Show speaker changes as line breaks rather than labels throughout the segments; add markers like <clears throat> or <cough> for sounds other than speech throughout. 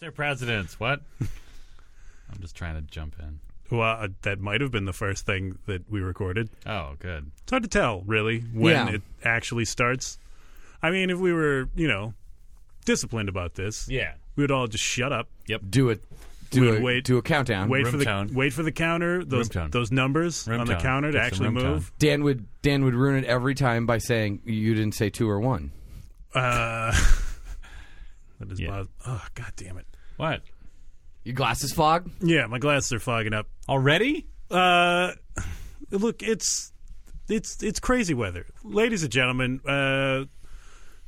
their presidents. What? <laughs> I'm just trying to jump in.
Well, uh, that might have been the first thing that we recorded.
Oh, good.
It's hard to tell, really, when
Yeah.
it actually starts. I mean, if we were, you know, disciplined about this,
Yeah.
we would all just shut up,
Do it. Do
We'd
a,
wait-
do a countdown.
wait
Um, Room
for the
tone.
wait for the counter, those
tone.
those numbers
Room
on the
tone.
counter to
It's the
actually
room <laughs>
move.
Dan would Dan would ruin it every time by saying you didn't say two or one.
Uh, <laughs> that is
Yeah.
bos- Oh, god damn it!
What?
Your glasses fog.
Yeah, my glasses are fogging up.
Already?
Uh, look, it's it's it's crazy weather, ladies and gentlemen. Uh,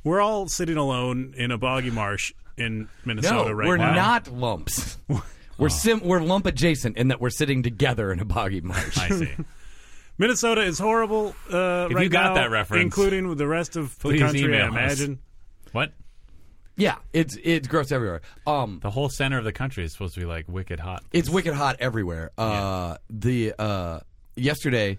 we're all sitting alone in a boggy marsh in Minnesota right
we're
now. <laughs>
not lumps. We're sim- we're lump adjacent in that we're sitting together in a
<laughs>
boggy marsh.
I see.
Minnesota is horrible. Uh,
If
right
you got
now,
that reference,
including with the rest of
please
the country,
email
I
us.
imagine.
what?
yeah, it's it's gross everywhere. Um,
The whole center of the country is supposed to be like wicked hot.
it's wicked hot everywhere. Uh, the uh, yesterday,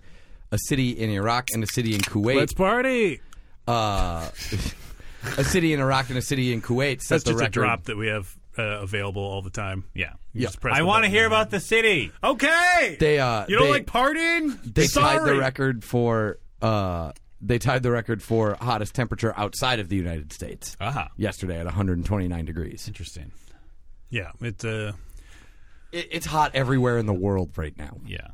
a city in Iraq and a city in Kuwait.
Let's party.
uh, <laughs> a city in Iraq and a city in Kuwait set
That's
the
just
record.
a drop that we have uh, available all the time.
Yeah.
You just press
I
the
want to
button.
hear about the city.
Okay.
They uh,
you don't
they-
like partying?
they
Sorry.
tied the record for uh, they tied the record for hottest temperature outside of the United States
Ah,
yesterday at 129 degrees.
interesting.
Yeah. It. Uh,
It, it's hot everywhere in the world right now.
Yeah.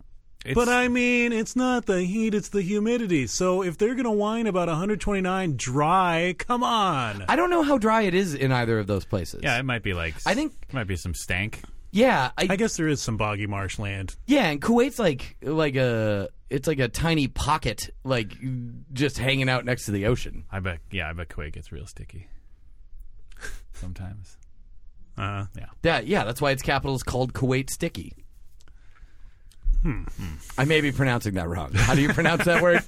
It's,
But I mean, it's not the heat, it's the humidity. So if they're going to whine about 129 dry, come on.
I don't know how dry it is in either of those places.
yeah, it might be like.
I think-
it might be some stank.
yeah, I,
I guess there is some boggy marshland.
yeah. And Kuwait's like like a it's like a tiny pocket, like just hanging out next to the ocean.
I bet. Yeah, I bet Kuwait gets real
<laughs>
sticky. Sometimes.
Uh,
That yeah, that's why its capital is called Kuwait Sticky. Hmm. I may be pronouncing that wrong. How do you pronounce that word?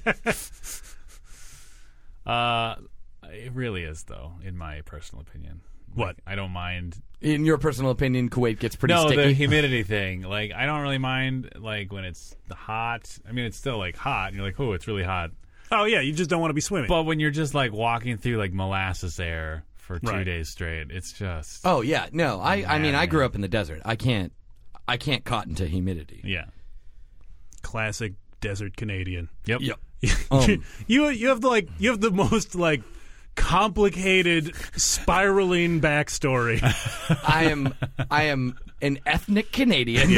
Uh, it really is, though, in my personal opinion.
What?
I don't mind
In your personal opinion, Kuwait gets pretty
no,
sticky.
the humidity thing. Like, I don't really mind like when it's hot. I mean, it's still like hot, and you're like, oh, it's really hot.
oh, yeah, you just don't want to be swimming.
But when you're just like walking through like molasses air for two
Right.
days straight, it's just
Oh yeah, no. I I mean I
man.
grew up in the desert. I can't I can't cotton to humidity.
yeah,
Classic desert Canadian.
yep, <laughs>
Um,
<laughs> you you have the, like you have the most like complicated spiraling backstory.
I am I am an ethnic Canadian <laughs>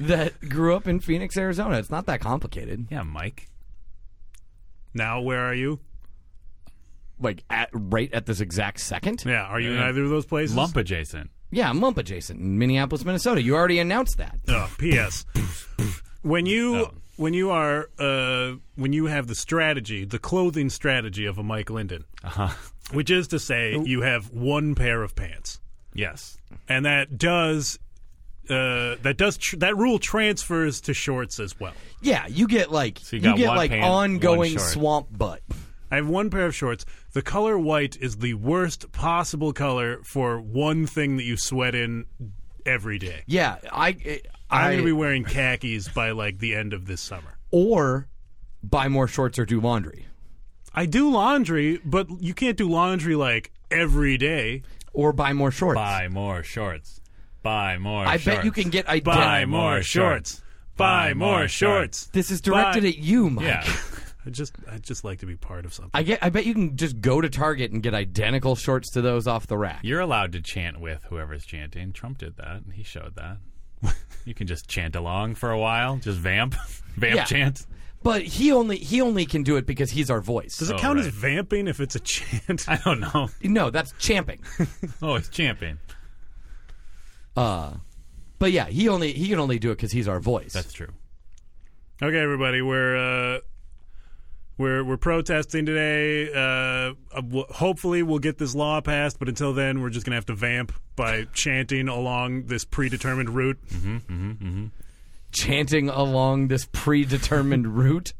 that grew up in Phoenix, Arizona. It's not that complicated.
yeah. Mike,
now where are you?
Like at right at this exact second.
Yeah, are you in
Yeah.
either of those places?
lump adjacent.
Yeah, I'm lump adjacent in Minneapolis, Minnesota. You already announced that.
Oh, P.S. when you
Oh.
when you are uh, when you have the strategy, the clothing strategy of a Mike Linden, which is to say, you have one pair of pants,
Yes,
and that does. Uh, that does tr- that rule transfers to shorts as well.
Yeah, you get like
you
you,
got
get
one
like
pant, one
ongoing
short.
swamp butt.
I have one pair of shorts. The color white is the worst possible color for one thing that you sweat in every day.
Yeah, I I,
I'm going to be wearing khakis by like the end of this summer.
or buy more shorts or do laundry.
I do laundry, but you can't do laundry like every day.
or buy more shorts.
buy more shorts. Buy more.
I
shorts.
bet you can get identical.
Buy more shorts. Buy more shorts.
This is directed
Buy-
at you, Mike.
Yeah,
I just I just like to be part of something.
I get. I bet you can just go to Target and get identical shorts to those off the rack.
you're allowed to chant with whoever's chanting. Trump did that. He showed that. you can just chant along for a while. Just vamp, <laughs> vamp
Yeah.
chant.
But he only he only can do it because he's our voice.
Does it
Oh,
count as
right.
vamping if it's a chant?
I don't know.
no, that's
<laughs>
champing.
Oh, it's champion.
uh, but yeah, he only he can only do it because he's our voice.
That's true.
okay, everybody, we're uh, we're we're protesting today. Uh, uh, w- hopefully, we'll get this law passed. But until then, we're just gonna have to vamp by chanting along this predetermined route.
Chanting along this predetermined
<laughs>
route.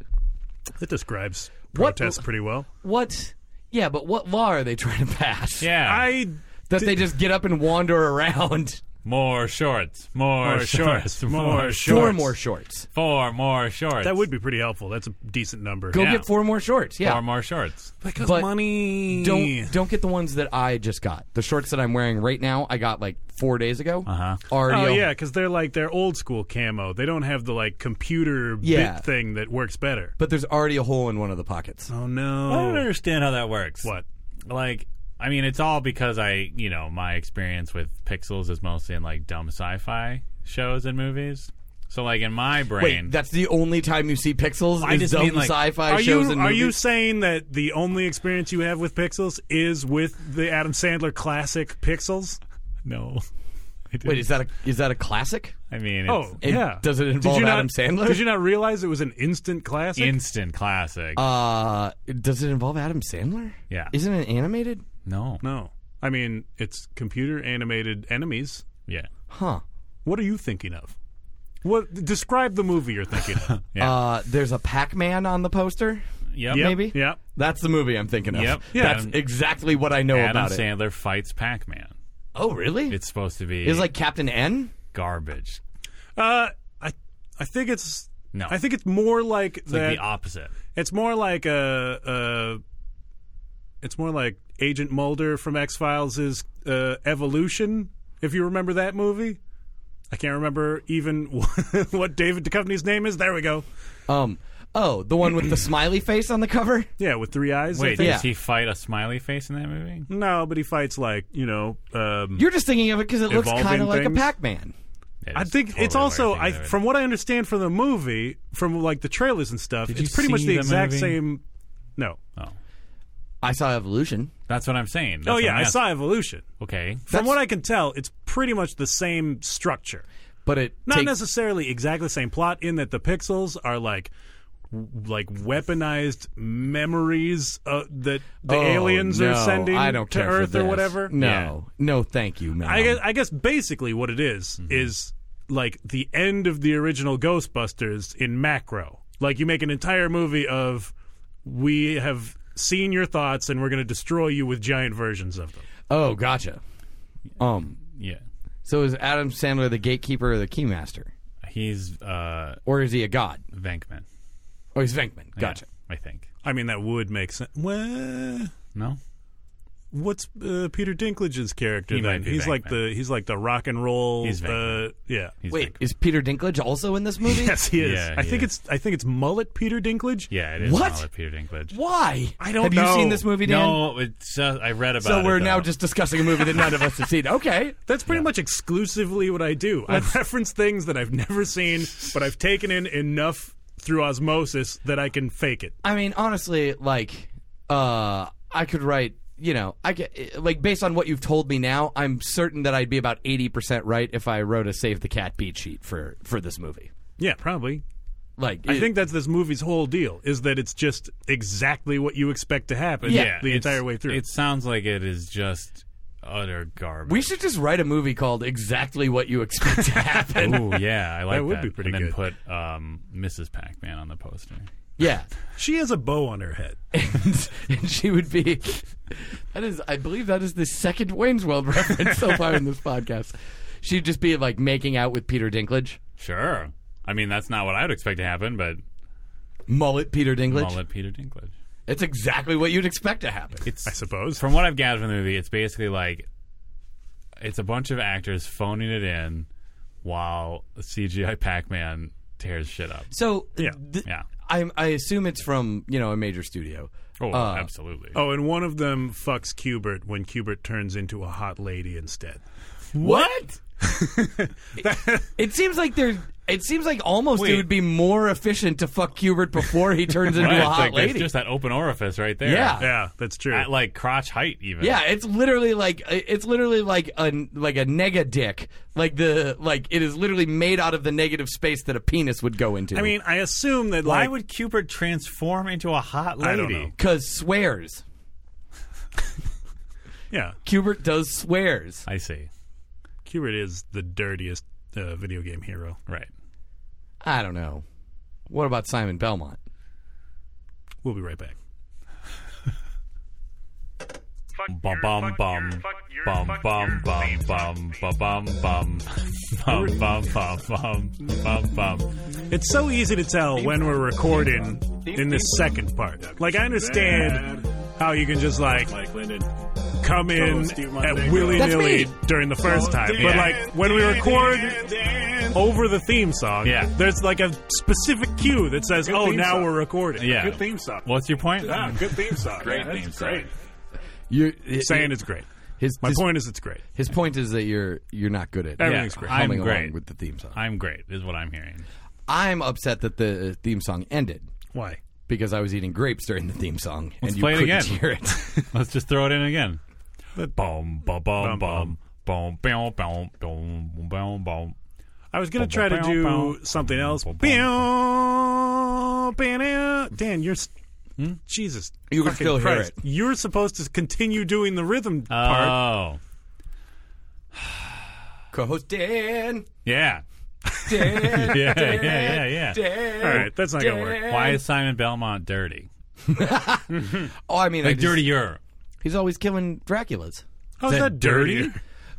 That describes
What-
protests pretty well.
What? Yeah, but what law are they trying to pass?
Yeah.
I
That they just get up and wander around. <laughs>
More shorts. More,
More shorts,
shorts.
more shorts.
Four more shorts.
Four more shorts.
That would be pretty helpful. That's a decent number.
Go
Yeah.
get four more shorts. Yeah.
Four more shorts.
Because
But
money.
don't don't get the ones that I just got. The shorts that I'm wearing right now, I got like four days ago.
Uh-huh.
Already.
Oh
over-
yeah, because they're like they're old school camo. They don't have the like computer
Yeah.
bit thing that works better.
But there's already a hole in one of the pockets.
Oh
I don't
no!
understand how that works.
What?
Like, I mean, it's all because I, you know, my experience with pixels is mostly in like dumb sci-fi shows and movies. So, like in my brain,
Wait, that's the only time you see pixels
I
is
just
dumb
mean, like,
sci-fi
Are
shows
you
and
are
movies.
you saying that the only experience you have with Pixels is with the Adam Sandler classic Pixels?
no. I
Wait,
didn't-
is that a, is that a classic?
I mean,
Oh
it's
It-
yeah.
does it
Did
involve
you not-
Adam Sandler?
Did you not realize it was an instant classic?
instant classic.
Uh, does it involve Adam Sandler?
Yeah.
Isn't it animated?
no.
no, I mean it's computer animated enemies.
Yeah.
Huh.
What are you thinking of? What describe the movie you're thinking
<laughs>
of?
Yeah.
Uh, there's a Pac-Man on the poster.
Yep.
Yep,
Maybe?
Yeah.
That's the movie I'm thinking of.
Yep.
Yeah.
That's exactly what I know
Adam
about it.
Sandler fights Pac-Man.
Oh, really?
It's supposed to be
It's like Captain N.
garbage.
Uh, I I think it's
No.
I think it's more like
It's
that.
like the opposite.
it's more like a, a it's more like Agent Mulder from X Files' uh, evolution. If you remember that movie, I can't remember even <laughs> what David Duchovny's name is. There we go.
Um. Oh, the one with the smiley face on the cover.
Yeah, with three eyes. I
Wait,
think.
yeah.
does he fight a smiley face in that movie?
No, but he fights like you know. Um,
You're just thinking of it because it looks
Evolving
kind of like a
things?
Pac-Man.
Yeah,
I
that's
think
totally
it's
what I
also
think
I,
of it.
from what I understand from the movie, from like the trailers and stuff.
Did
it's
you
pretty much
see
the
the
exact
movie?
same. No.
Oh.
I saw Evolution.
That's what I'm saying. That's
oh
what
yeah,
I'm
I
asking.
saw Evolution.
Okay.
From what I can tell, it's pretty much the same structure.
but it
Not
takes,
necessarily exactly the same plot in that the pixels are like w- like weaponized memories uh, that the
Oh,
aliens are
no,
sending
I don't
to
care for
Earth or
this.
whatever.
No,
Yeah.
no, Mm-hmm. thank you, man.
I guess, I guess basically what it is, is like the end of the original Ghostbusters in macro. Like you make an entire movie of we have seen your thoughts and we're going to destroy you with giant versions of them.
oh, gotcha. Um.
Yeah.
So is Adam Sandler the gatekeeper or the keymaster,
He's uh
or is he a god?
Venkman.
Oh, he's Venkman. Gotcha.
Yeah, I think.
I mean that would make sense. Well,
No?
what's uh, Peter Dinklage's character?
He
then?
might be
he's like
Venkman.
the he's like the rock and roll.
He's
uh,
Venkman.
yeah.
He's
Wait,
Venkman.
is Peter Dinklage also in this movie?
<laughs> Yes, he is.
Yeah,
I
he
think
is.
it's I think it's mullet Peter Dinklage.
yeah, it is
What?
Molly Peter Dinklage.
Why?
I don't
have you
know.
seen this movie, Dan?
No, it's uh, I read about it.
so we're now
though.
just discussing a movie that none of us have seen.
<laughs>
Okay.
That's pretty much exclusively what I do. I <laughs> reference things that I've never seen, but I've taken in enough through osmosis that I can fake it.
I mean, honestly, like, uh, I could write, you know, I could, like, based on what you've told me now, I'm certain that I'd be about 80% right if I wrote a Save the Cat beat sheet for, for this movie.
Yeah, probably.
Like,
I
it-
think that's this movie's whole deal is that it's just exactly what you expect to happen
yeah,
the
it's-
entire way through.
It sounds like it is just utter garbage.
we should just write a movie called Exactly What You Expect
<laughs>
to Happen.
Ooh, yeah,
<laughs>
I like
would be pretty
and
good.
then put um, Mrs. Pac-Man on the poster.
yeah.
she has a bow on her head.
And, and she would be. That is, I believe that is the second Wayne's World reference so far in this podcast. She'd just be, like, making out with Peter Dinklage.
Sure. I mean, that's not what I would expect to happen, but
Mullet Peter Dinklage.
Mullet Peter Dinklage.
It's exactly what you'd expect to happen.
It's
I suppose.
from what I've gathered from the movie, it's basically like it's a bunch of actors phoning it in while CGI Pac-Man tears shit up.
So
Yeah.
th-
Yeah.
I'm, I assume it's from you know a major studio.
Oh,
Uh,
absolutely.
oh, and one of them fucks Cubert when Cubert turns into a hot lady instead.
What? <laughs> it, it seems like there's. It seems like almost it
Wait.
would be more efficient to fuck Hubert before he turns into
<laughs> Right,
a
it's
hot
like, there's
lady.
just that open orifice right there.
Yeah.
Yeah, that's true.
At like crotch height even.
yeah, it's literally like it's literally like a like a nega dick. Like the like it is literally made out of the negative space that a penis would go into.
I mean, I assume that
Why
like
would Cupid transform into a hot lady?
I don't know.
cuz swears.
yeah,
Hubert does swears.
I see.
Cubert is the dirtiest uh, video game hero.
Right.
I don't know. What about Simon Belmont?
We'll be right back.
Bum bum bum bum bum bum bum bum bum bum bum bum bum bum bum bum.
It's so easy to tell when we're recording in this second part. Like, I understand how you can just, like,
Mike Linden.
come in
Steve
at
Mondego.
willy
That's
nilly
me.
during the first time. But,
Dan,
like, when we record over the theme song,
Yeah.
there's, like, a specific cue that says,
Good
oh,
theme
now
song.
we're recording.
Yeah.
Good theme song.
What's your point?
Ah, good theme song.
Great
That's
theme song.
Great.
You're
Saying it's great.
his,
My
his,
point is, it's great.
His point is that you're you're not good at
Everything's great.
I'm
humming along
great.
with the theme song.
I'm great, is what I'm hearing.
I'm upset that the uh, theme song ended
Why?
because I was eating grapes during the theme song and you
play it
couldn't
again.
hear it.
<laughs> Let's just throw it in again. Bum bum bum bum bum bum bum bum bum bum.
I was gonna try to do something else. Dan, you're s- Hmm? Jesus.
You can
fucking
still hear
Christ.
it.
You're supposed to continue doing the rhythm part.
Oh,
Co-host Dan,
<laughs> yeah.
Dan,
Yeah, yeah, yeah, yeah.
Dan.
All right, that's not gonna work.
Why is Simon Belmont dirty?
Oh, I mean, I
Like
just-
dirtier.
He's always killing Draculas.
How's Oh, that dirty?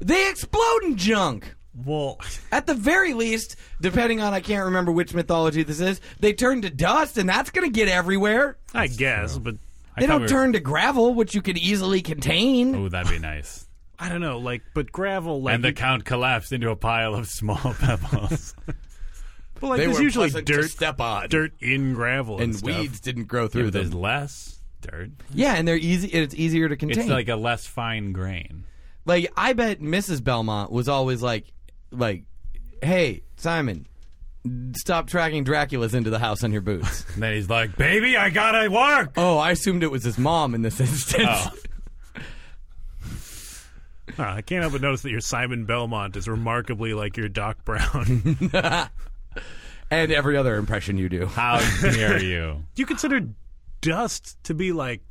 They explode in junk.
Well,
At the very least, depending on I can't remember which mythology this is, they turn to dust, and that's going to get everywhere.
I guess, but
They
thought
don't
we were-
turn to gravel, which you can easily contain.
oh, that'd be nice.
I don't know. Like, but gravel, like,
And the count collapsed into a pile of small <laughs> pebbles.
but like there's usually dirt,
step on,
dirt in gravel and,
and
stuff.
weeds didn't grow through
If
them.
there's less dirt,
Yeah, and they're easy. and It's easier to contain.
it's like a less fine grain.
like I bet Mrs. Belmont was always like, like, hey Simon, stop tracking Dracula's into the house on
<laughs>
your boots.
And then he's like, "Baby, I gotta work."
oh, I assumed it was his mom in this instance.
Oh.
Huh, I can't help but notice that your Simon Belmont is remarkably like your Doc <laughs> Brown.
<laughs> and every other impression you do.
How dare you?
Do you consider dust to be like?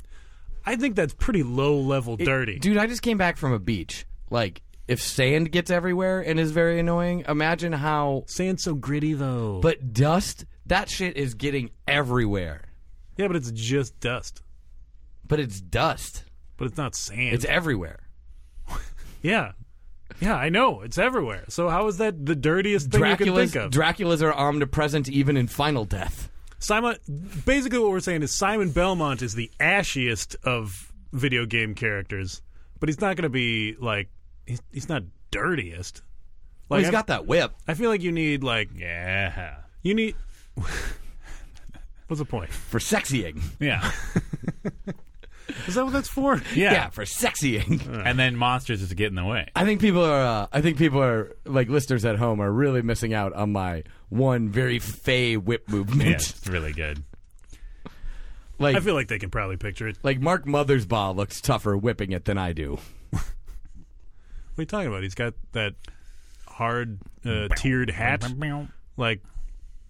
I think that's pretty low level dirty.
Dude, I just came back from a beach. Like, if sand gets everywhere and is very annoying, imagine how.
Sand's so gritty though.
But dust, that shit is getting everywhere.
yeah, but it's just dust.
But it's dust,
but it's not sand.
it's e-, everywhere.
yeah, yeah, I know it's everywhere. So how is that the dirtiest thing you can
Dracula's,
think of?
Dracula's are omnipresent even in Final Death.
Simon, basically, what we're saying is Simon Belmont is the ashiest of video game characters, but he's not going to be like he's, he's not dirtiest. Like
Well, he's
I-
got that whip.
I feel like you need like
Yeah,
you need. <laughs> What's the point?
For sexying.
yeah,
<laughs>
Is that what that's for?
yeah.
for sexying.
And then monsters just get in the way.
I think people are, uh, I think people are, like listeners at home, are really missing out on my one very fey whip movement.
Yeah, it's really good.
<laughs> Like,
I feel like they can probably picture it.
like Mark Mothersbaugh looks tougher whipping it than I do.
What are you talking about? He's got that hard uh, tiered hat. Like,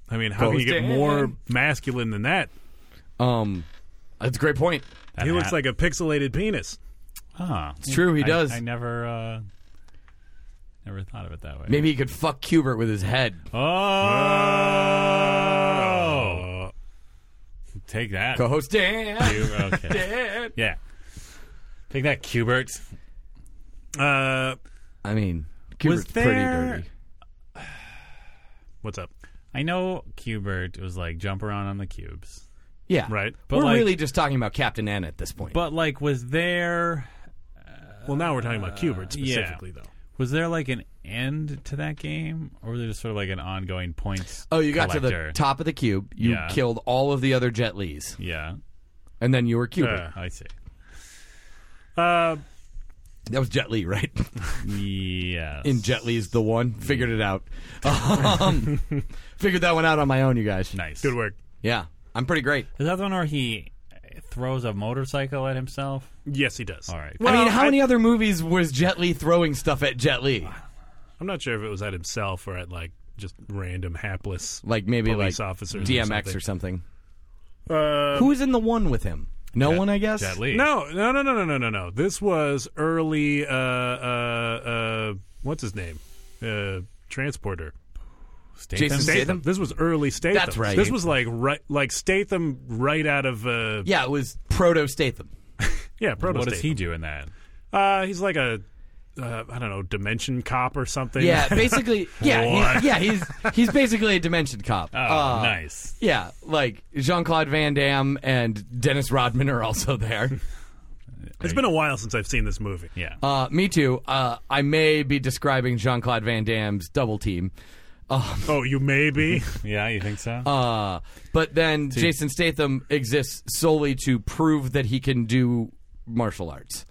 I mean, how can you get
Ghost
more
Dan.
masculine than that?
Um, that's a great point.
That
He looks
hat.
like a pixelated penis.
Huh. It's
true, he
I,
does.
I never, uh, never thought of it that way.
Maybe he could fuck Cubert with his head.
Oh,
Uh,
take that.
Co-host Dan.
Cube.
<laughs>
Okay. yeah. Take that, Cubert.
uh,
I mean,
Was
Cubert's pretty
there-
dirty.
what's up?
I know Cubert was like jump around on the cubes,
Yeah,
Right.
But
We're
like-
really just talking about Captain Anna at this point.
but like, was there
Well, now we're talking about Cubert
Uh, yeah.
specifically, though.
was there like an end to that game, or was it just sort of like an ongoing points?
oh, you got to
collector?
the top of the cube. You
Yeah.
killed all of the other Jet Lees,
Yeah,
and then you were Cubert.
Uh.
I see.
Uh,
that was Jet Lee, right? <laughs>
Yes.
In Jet Lee's the one. Figured it out. <laughs> Um, figured that one out on my own, you guys.
nice.
good work.
Yeah, I'm pretty great.
Is that the one where he uh, throws a motorcycle at himself?
Yes, he does.
All right.
Well,
I mean, how many other movies was Jet Li throwing stuff at Jet Li?
I'm not sure if it was at himself or at like just random hapless.
Like maybe
Police
like
officers or
DMX
something.
or something.
Uh,
Who was in the one with him? No one, I guess.
Jet Li.
no, no, no, no, no, no, no, no. This was early. Uh, uh, uh, what's his name? Uh, transporter.
Statham?
Jason Statham.
Statham. This was early Statham.
That's right.
This was like right, like Statham right out of. Uh,
Yeah, it was Proto Statham.
Yeah, Proto
What does
State.
he do in that?
Uh, he's like a, uh, I don't know, dimension cop or something. <laughs>
<laughs>
Yeah, basically. Yeah,
What?
he, yeah. He's he's basically a dimension cop.
Oh,
Uh,
nice.
Yeah, like Jean Claude Van Damme and Dennis Rodman are also there.
it's been a while since I've seen this movie.
Yeah.
Uh, me too. Uh, I may be describing Jean Claude Van Damme's double team.
Oh, you
<laughs>
maybe?
yeah, you think so?
Uh, but then Jason Statham exists solely to prove that he can do martial arts.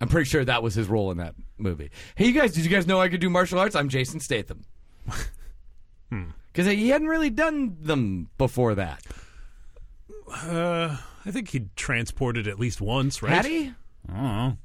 I'm pretty sure that was his role in that movie. Hey, you guys, did you guys know I could do martial arts? I'm Jason Statham. Because he hadn't really done them before that.
uh, I think he transported at least once, right?
Had he?
I don't know.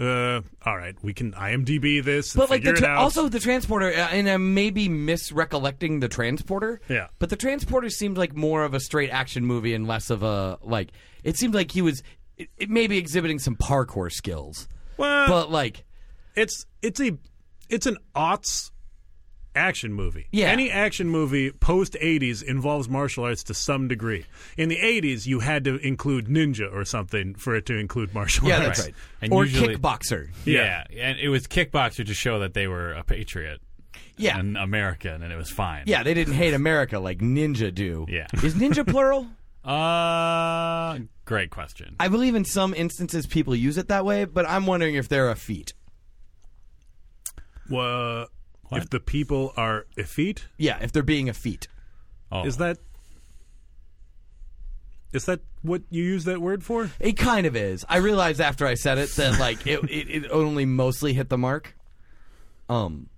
Uh, all right, we can IMDb this. and
But like the
figure it
tra-
out.
also the transporter, uh, and I'm maybe misrecollecting the transporter.
Yeah.
But the transporter seemed like more of a straight action movie and less of a like. It seemed like he was it, it maybe exhibiting some parkour skills,
well,
but like
it's it's a it's an aughts action movie.
Yeah.
Any action movie post eighties involves martial arts to some degree. In the eighties you had to include ninja or something for it to include martial
yeah,
arts.
that's right.
And
or
usually-
kickboxer.
Yeah. and it was kickboxer to show that they were a patriot
Yeah,
and American, and it was fine.
yeah. They didn't hate America like ninja do.
Yeah.
Is ninja plural?
Uh, great question.
I believe in some instances people use it that way, but I'm wondering if they're a feat.
Well, if the people are effete,
Yeah, if they're being a feat.
oh,
is that is that what you use that word for?
It kind of is. I realized after I said it that like it, it, it only mostly hit the mark. Um,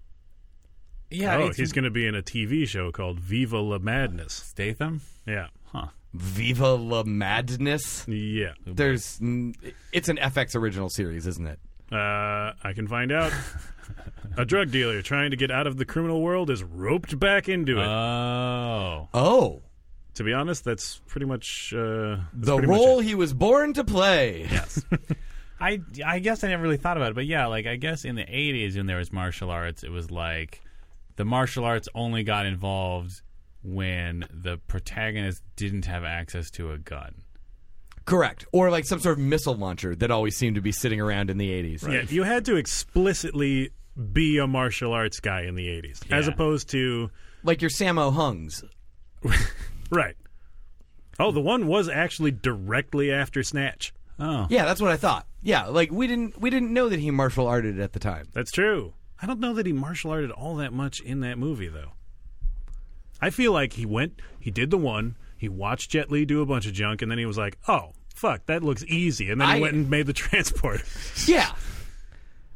yeah?
oh,
it's
he's going to be in a TV show called Viva la Madness.
Statham.
Yeah.
Viva la Madness.
Yeah.
There's n- it's an FX original series, isn't it?
Uh, I can find out. a drug dealer trying to get out of the criminal world is roped back into it.
Uh. Oh,
Oh,
to be honest, that's pretty much uh, that's
the
pretty much
role
it.
he was born to play.
I I guess I never really thought about it, but yeah, like I guess in the '80s when there was martial arts, it was like the martial arts only got involved when the protagonist didn't have access to a gun.
Correct, or like some sort of missile launcher that always seemed to be sitting around in the '80s.
Yeah, you had to explicitly be a martial arts guy in the '80s, as
Yeah.
opposed to
Like your Sammo Hungs.
right. Oh, the one was actually directly after Snatch.
Oh,
Yeah, that's what I thought. Yeah, like we didn't we didn't know that he martial arted at the time.
That's true. I don't know that he martial arted all that much in that movie, though. I feel like he went, he did the one, he watched Jet Li do a bunch of junk, and then he was like, oh, fuck, that looks easy. And then he
I-
went and made the <laughs> transport.
Yeah.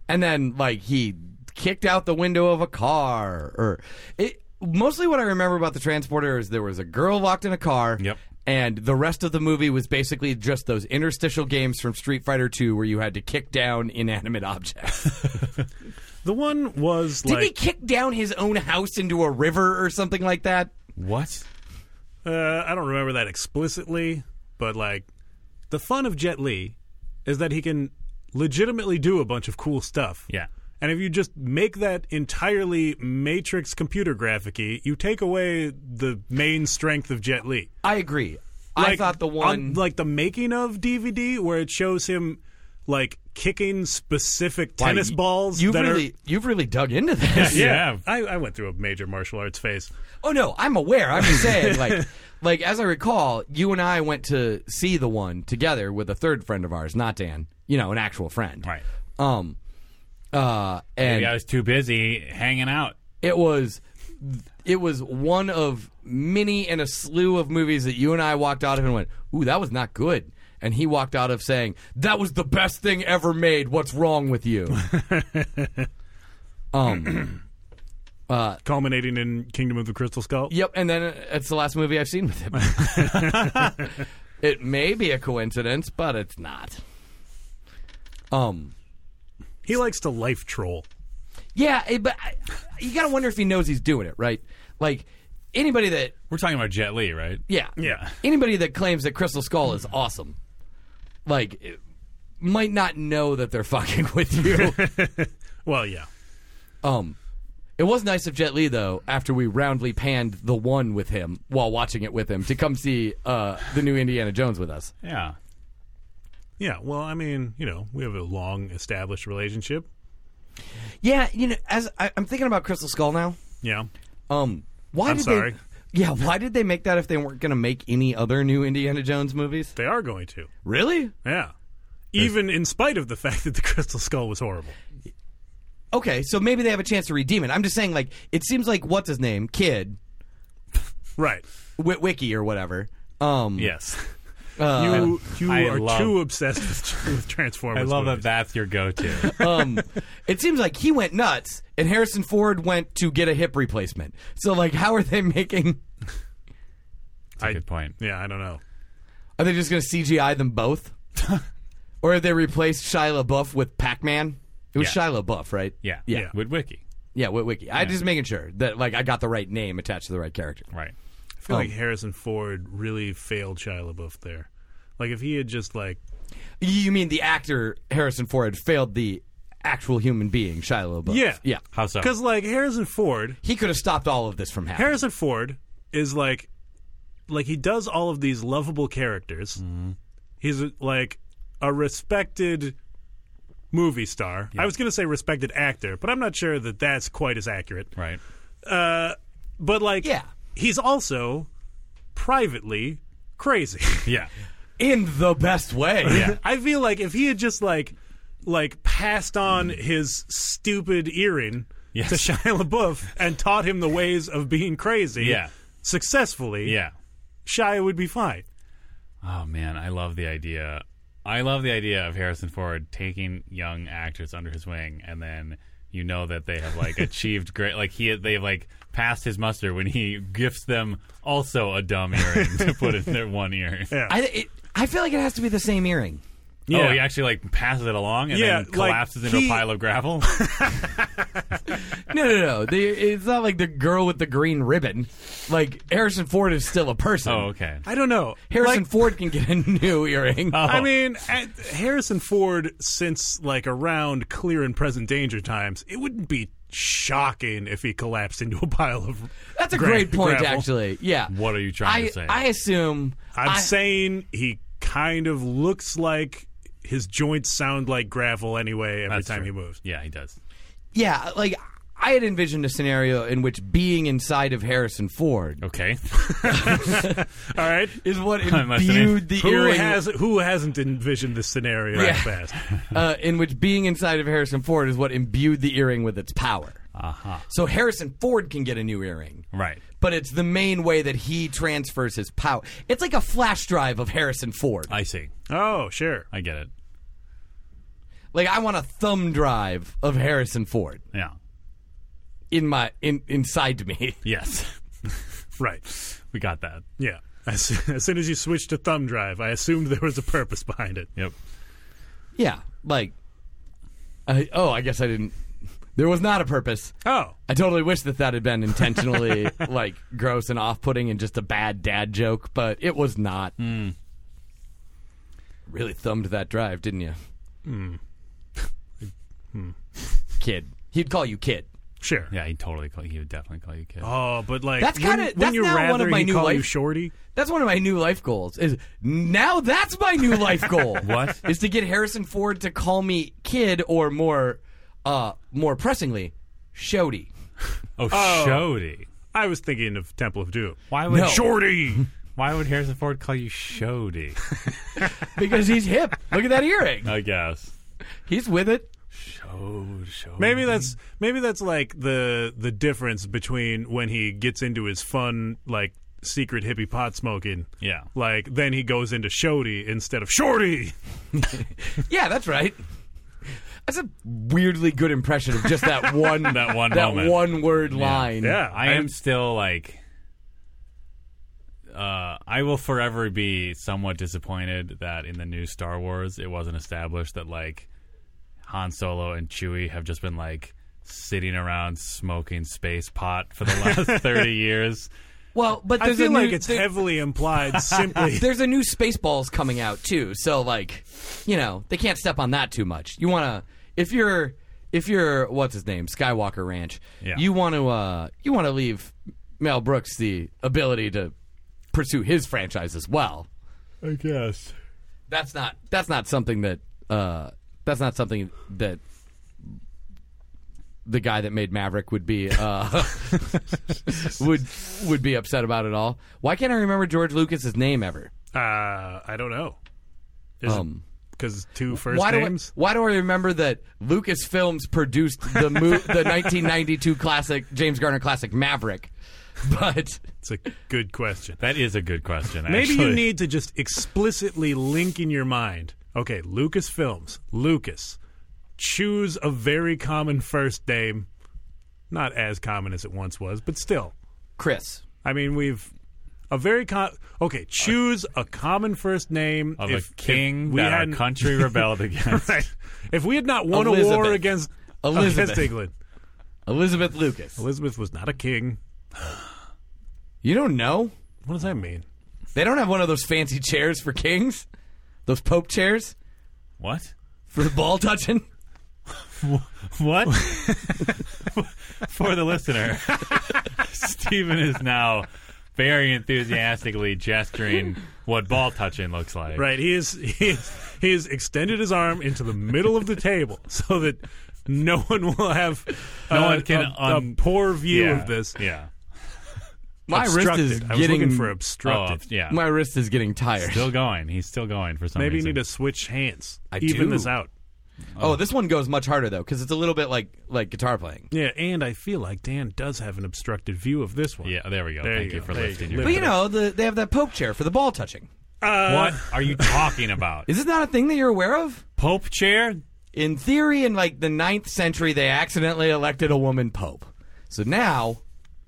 And then like he kicked out the window of a car or it mostly what I remember about the transporter is there was a girl locked in a car.
Yep.
And the rest of the movie was basically just those interstitial games from Street Fighter 2 where you had to kick down inanimate objects.
the one was
Did he
like,
kick down his own house into a river or something like that?
what?
uh, I don't remember that explicitly, but like, the fun of Jet Li is that he can legitimately do a bunch of cool stuff.
Yeah.
And if you just make that entirely matrix computer graphicy, you take away the main strength of Jet Li.
I agree. I
Like,
thought the
on-
one
like the making of DVD where it shows him like kicking specific
Why,
tennis
y-
balls.
You've
that
really
are,
you've really
<laughs>
dug into this.
Yeah.
I, I went through a major martial arts phase.
Oh no, I'm aware. I'm just saying, like, like as I recall, you and I went to see the one together with a third friend of ours, not Dan. You know, an actual friend.
Right.
Um. Uh. And
Maybe I was too busy hanging out.
it was, it was one of many and a slew of movies that you and I walked out of and went, "Ooh, that was not good." And he walked out of saying, "That was the best thing ever made. What's wrong with you?"
Culminating in Kingdom of the Crystal Skull.
Yep, and then it's the last movie I've seen with him. it may be a coincidence, but it's not. Um,
He likes to life troll.
yeah, eh, but I, you gotta wonder if he knows he's doing it, right? Like anybody that,
We're talking about Jet Li, right?
yeah,
Yeah.
anybody that claims that Crystal Skull is awesome, like, eh, might not know that they're <laughs> fucking with you.
Well, yeah.
Um, it was nice of Jet Li though. After we roundly panned the one with him while watching it with him to come see uh, the new Indiana Jones with us.
Yeah.
Yeah, well, I mean, you know, we have a long established relationship.
Yeah, you know, as I, I'm thinking about Crystal Skull now.
Yeah.
Um, why
I'm
did
sorry.
they? Yeah, why did they make that if they weren't going to make any other new Indiana Jones movies?
They are going to.
Really?
Yeah. Even in spite of the fact that the Crystal Skull was horrible.
Okay, so maybe they have a chance to redeem it. I'm just saying, like, it seems like what's his name, Kid
Right.
Wit Wiki or whatever. Um,
Yes.
<laughs> uh,
you you
I
are
love-
too obsessed with, with Transformers.
I love that
movies.
that's your
<laughs>
go-to.
um, it seems like he went nuts, and Harrison Ford went to get a hip replacement. So, like, how are they <laughs> making?
That's a good point.
Yeah, I don't know.
Are they just going to CGI them both, or have they replaced Shia LaBeouf with Pac Man? It was
Yeah.
Shia LaBeouf, right?
Yeah.
Yeah.
With Wiki.
Yeah, Wit Wiki. I just making sure that like I got the right name attached to the right character.
Right.
I feel like
Um,
Harrison Ford really failed Shia LaBeouf there. Like if he had just like
You mean the actor Harrison Ford failed the actual human being Shia LaBeouf?
Yeah.
yeah.
How so?
because like Harrison Ford,
He could have stopped all of this from happening.
Harrison Ford is like like he does all of these lovable characters.
Mm-hmm.
He's like a respected movie star. I was going to say respected actor, but I'm not sure that that's quite as accurate.
Right.
But like
Yeah.
he's also privately crazy. <laughs>
Yeah.
in the best way.
Yeah. I feel like if he had just like like passed on his stupid earring
Yes.
to Shia LaBeouf and taught him the ways of being crazy
Yeah.
successfully,
Yeah.
Shia would be fine.
Oh man, I love the idea. I love the idea of Harrison Ford taking young actors under his wing, and then you know that they have
<laughs>
like achieved great. Like he, they've like passed his muster when he gifts them also a dumb earring to put in
<laughs>
their one ear.
Yeah.
<laughs> I it, I feel like it has to be the same earring.
Oh, he actually like passes it along and
Yeah,
then
like,
collapses into
he-
a pile of
<laughs>
gravel.
No, no, no. The, it's not like the girl with the green ribbon. Like Harrison Ford is still a person.
oh, okay.
I don't know. Like,
Harrison
Oh,
Ford can get a new earring.
Oh.
I mean, at Harrison Ford since like around Clear and Present Danger times, it wouldn't be shocking if he collapsed into a pile of
That's a
gra-
great point,
gravel.
actually. Yeah.
What are you trying
I
to say?
I assume
I'm
I-
saying he kind of looks like his joints sound like gravel anyway every
That's
time
true.
he moves.
Yeah, he does.
Yeah, like I had envisioned a scenario in which being inside of Harrison Ford
Okay. <laughs>
All right.
is what
must have
imbued
been-
the
Who
earring.
has who hasn't envisioned this scenario in
Yeah.
the past?
<laughs> uh, in which being inside of Harrison Ford is what imbued the earring with its power.
Uh-huh.
So Harrison Ford can get a new earring,
Right.
but it's the main way that he transfers his power. It's like a flash drive of Harrison Ford.
I see. <laughs>
Oh, sure.
I get it.
Like I want a thumb drive of Harrison Ford
Yeah.
in my in inside me. <laughs>
Yes. <laughs>
Right.
we got that.
Yeah. As, as soon as you switched to thumb drive, I assumed there was a purpose behind it.
Yep.
yeah, like I, oh, I guess I didn't. There was not a purpose.
Oh.
I totally wish that that had been intentionally <laughs> like gross and off-putting and just a bad dad joke, but it was not. Really thumbed that drive, didn't you? kid, he'd call you kid.
Sure.
Yeah, he totally. Call, he would definitely call you kid.
Oh, but like
That's
wouldn't-
kinda-
wouldn't
that's
your
now one
rather
of my
he
new
call you
life-
shorty?
That's one of my new life goals. Is now that's my new life goal.
What?
is to get Harrison Ford to call me kid, or more, uh, more pressingly, Shody.
Oh, Shody.
I was thinking of Temple of Doom.
Why would
No.
<laughs>
Shorty.
Why would Harrison Ford call you Shody?
because he's hip. Look at that earring.
I guess.
He's with it.
Shode, Shody.
Maybe that's maybe that's like the the difference between when he gets into his fun like secret hippie pot smoking.
Yeah.
Like then he goes into shorty instead of shorty.
Mm.
Yeah, that's right. That's a weirdly good impression of just <laughs> that one
That one
that
moment.
one word line.
Yeah,
I am still like. Uh, I will forever be somewhat disappointed that in the new Star Wars it wasn't established that like Han Solo and Chewie have just been like sitting around smoking space pot for the
<laughs>
last thirty years.
Well, but
I
there's
feel
a new,
like it's
there-
heavily <laughs> implied simply.
Ah, there's a new Spaceballs coming out too. So like, you know, they can't step on that too much. You want to if you're if you're what's his name Skywalker Ranch,
Yeah.
you want to uh you want to leave Mel Brooks the ability to pursue his franchise as well.
I guess.
That's not that's not something that uh, that's not something that the guy that made Maverick would be uh, <laughs> would would be upset about at all. Why can't I remember George Lucas's name ever?
Uh, I don't know. Is
Um,
because two first
why
names.
do I, why do I remember that Lucasfilms produced the
<laughs>
mo- the 1992 classic James Garner classic Maverick, but
It's a good question.
That is a good question.
<laughs> Maybe
actually.
you need to just explicitly link in your mind. Okay, Lucas Films, Lucas. Choose a very common first name, not as common as it once was, but still.
Chris.
I mean, we've a very con. Okay, choose a common first name
of
if,
a
if
king
we
that our
hadn't-
country
<laughs>
rebelled against.
Right. If we had not won a war
Elizabeth.
against
Elizabeth.
against England,
Elizabeth Lucas.
Elizabeth was not a king.
You don't know?
What does that mean?
They don't have one of those fancy chairs for kings? Those pope chairs
What?
for ball touching?
What? <laughs> For the listener, <laughs> Stephen is now very enthusiastically gesturing what ball touching looks like.
Right. He is he is he has extended his arm into the middle of the table <laughs> so that no one will have
No
uh,
one can
a,
un-
a poor view
Yeah.
of this.
Yeah.
My wrist is
Obstructed. I was
getting
looking for
Oh,
obstructed.
yeah.
my wrist is getting tired.
Still going. He's still going for some
Maybe you
reason.
need to switch hands.
I
even
do.
this out.
Oh, this one goes much harder though cuz it's a little bit like like guitar playing.
Yeah, and I feel like Dan does have an obstructed view of this one.
yeah, there we go.
There
Thank
you
you,
go.
for
There you
lifting
go.
your.
But you know, the, they have that pope chair for the ball touching.
Uh,
<laughs> what are you talking about?
Is this not a thing that you're aware of?
Pope chair?
In theory, in like the ninth century, they accidentally elected a woman pope. So now,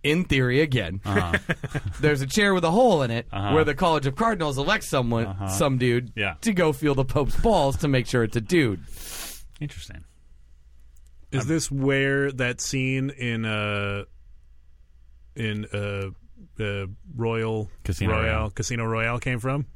in theory again,
Uh-huh.
<laughs> there's a chair with a hole in it where the College of Cardinals elects someone,
Uh-huh.
some dude,
Yeah.
to go feel the pope's balls to make sure it's a dude.
Interesting.
Is this where that scene in uh in uh, uh Royal
Casino
Royale,
Royale.
Casino Royale came from?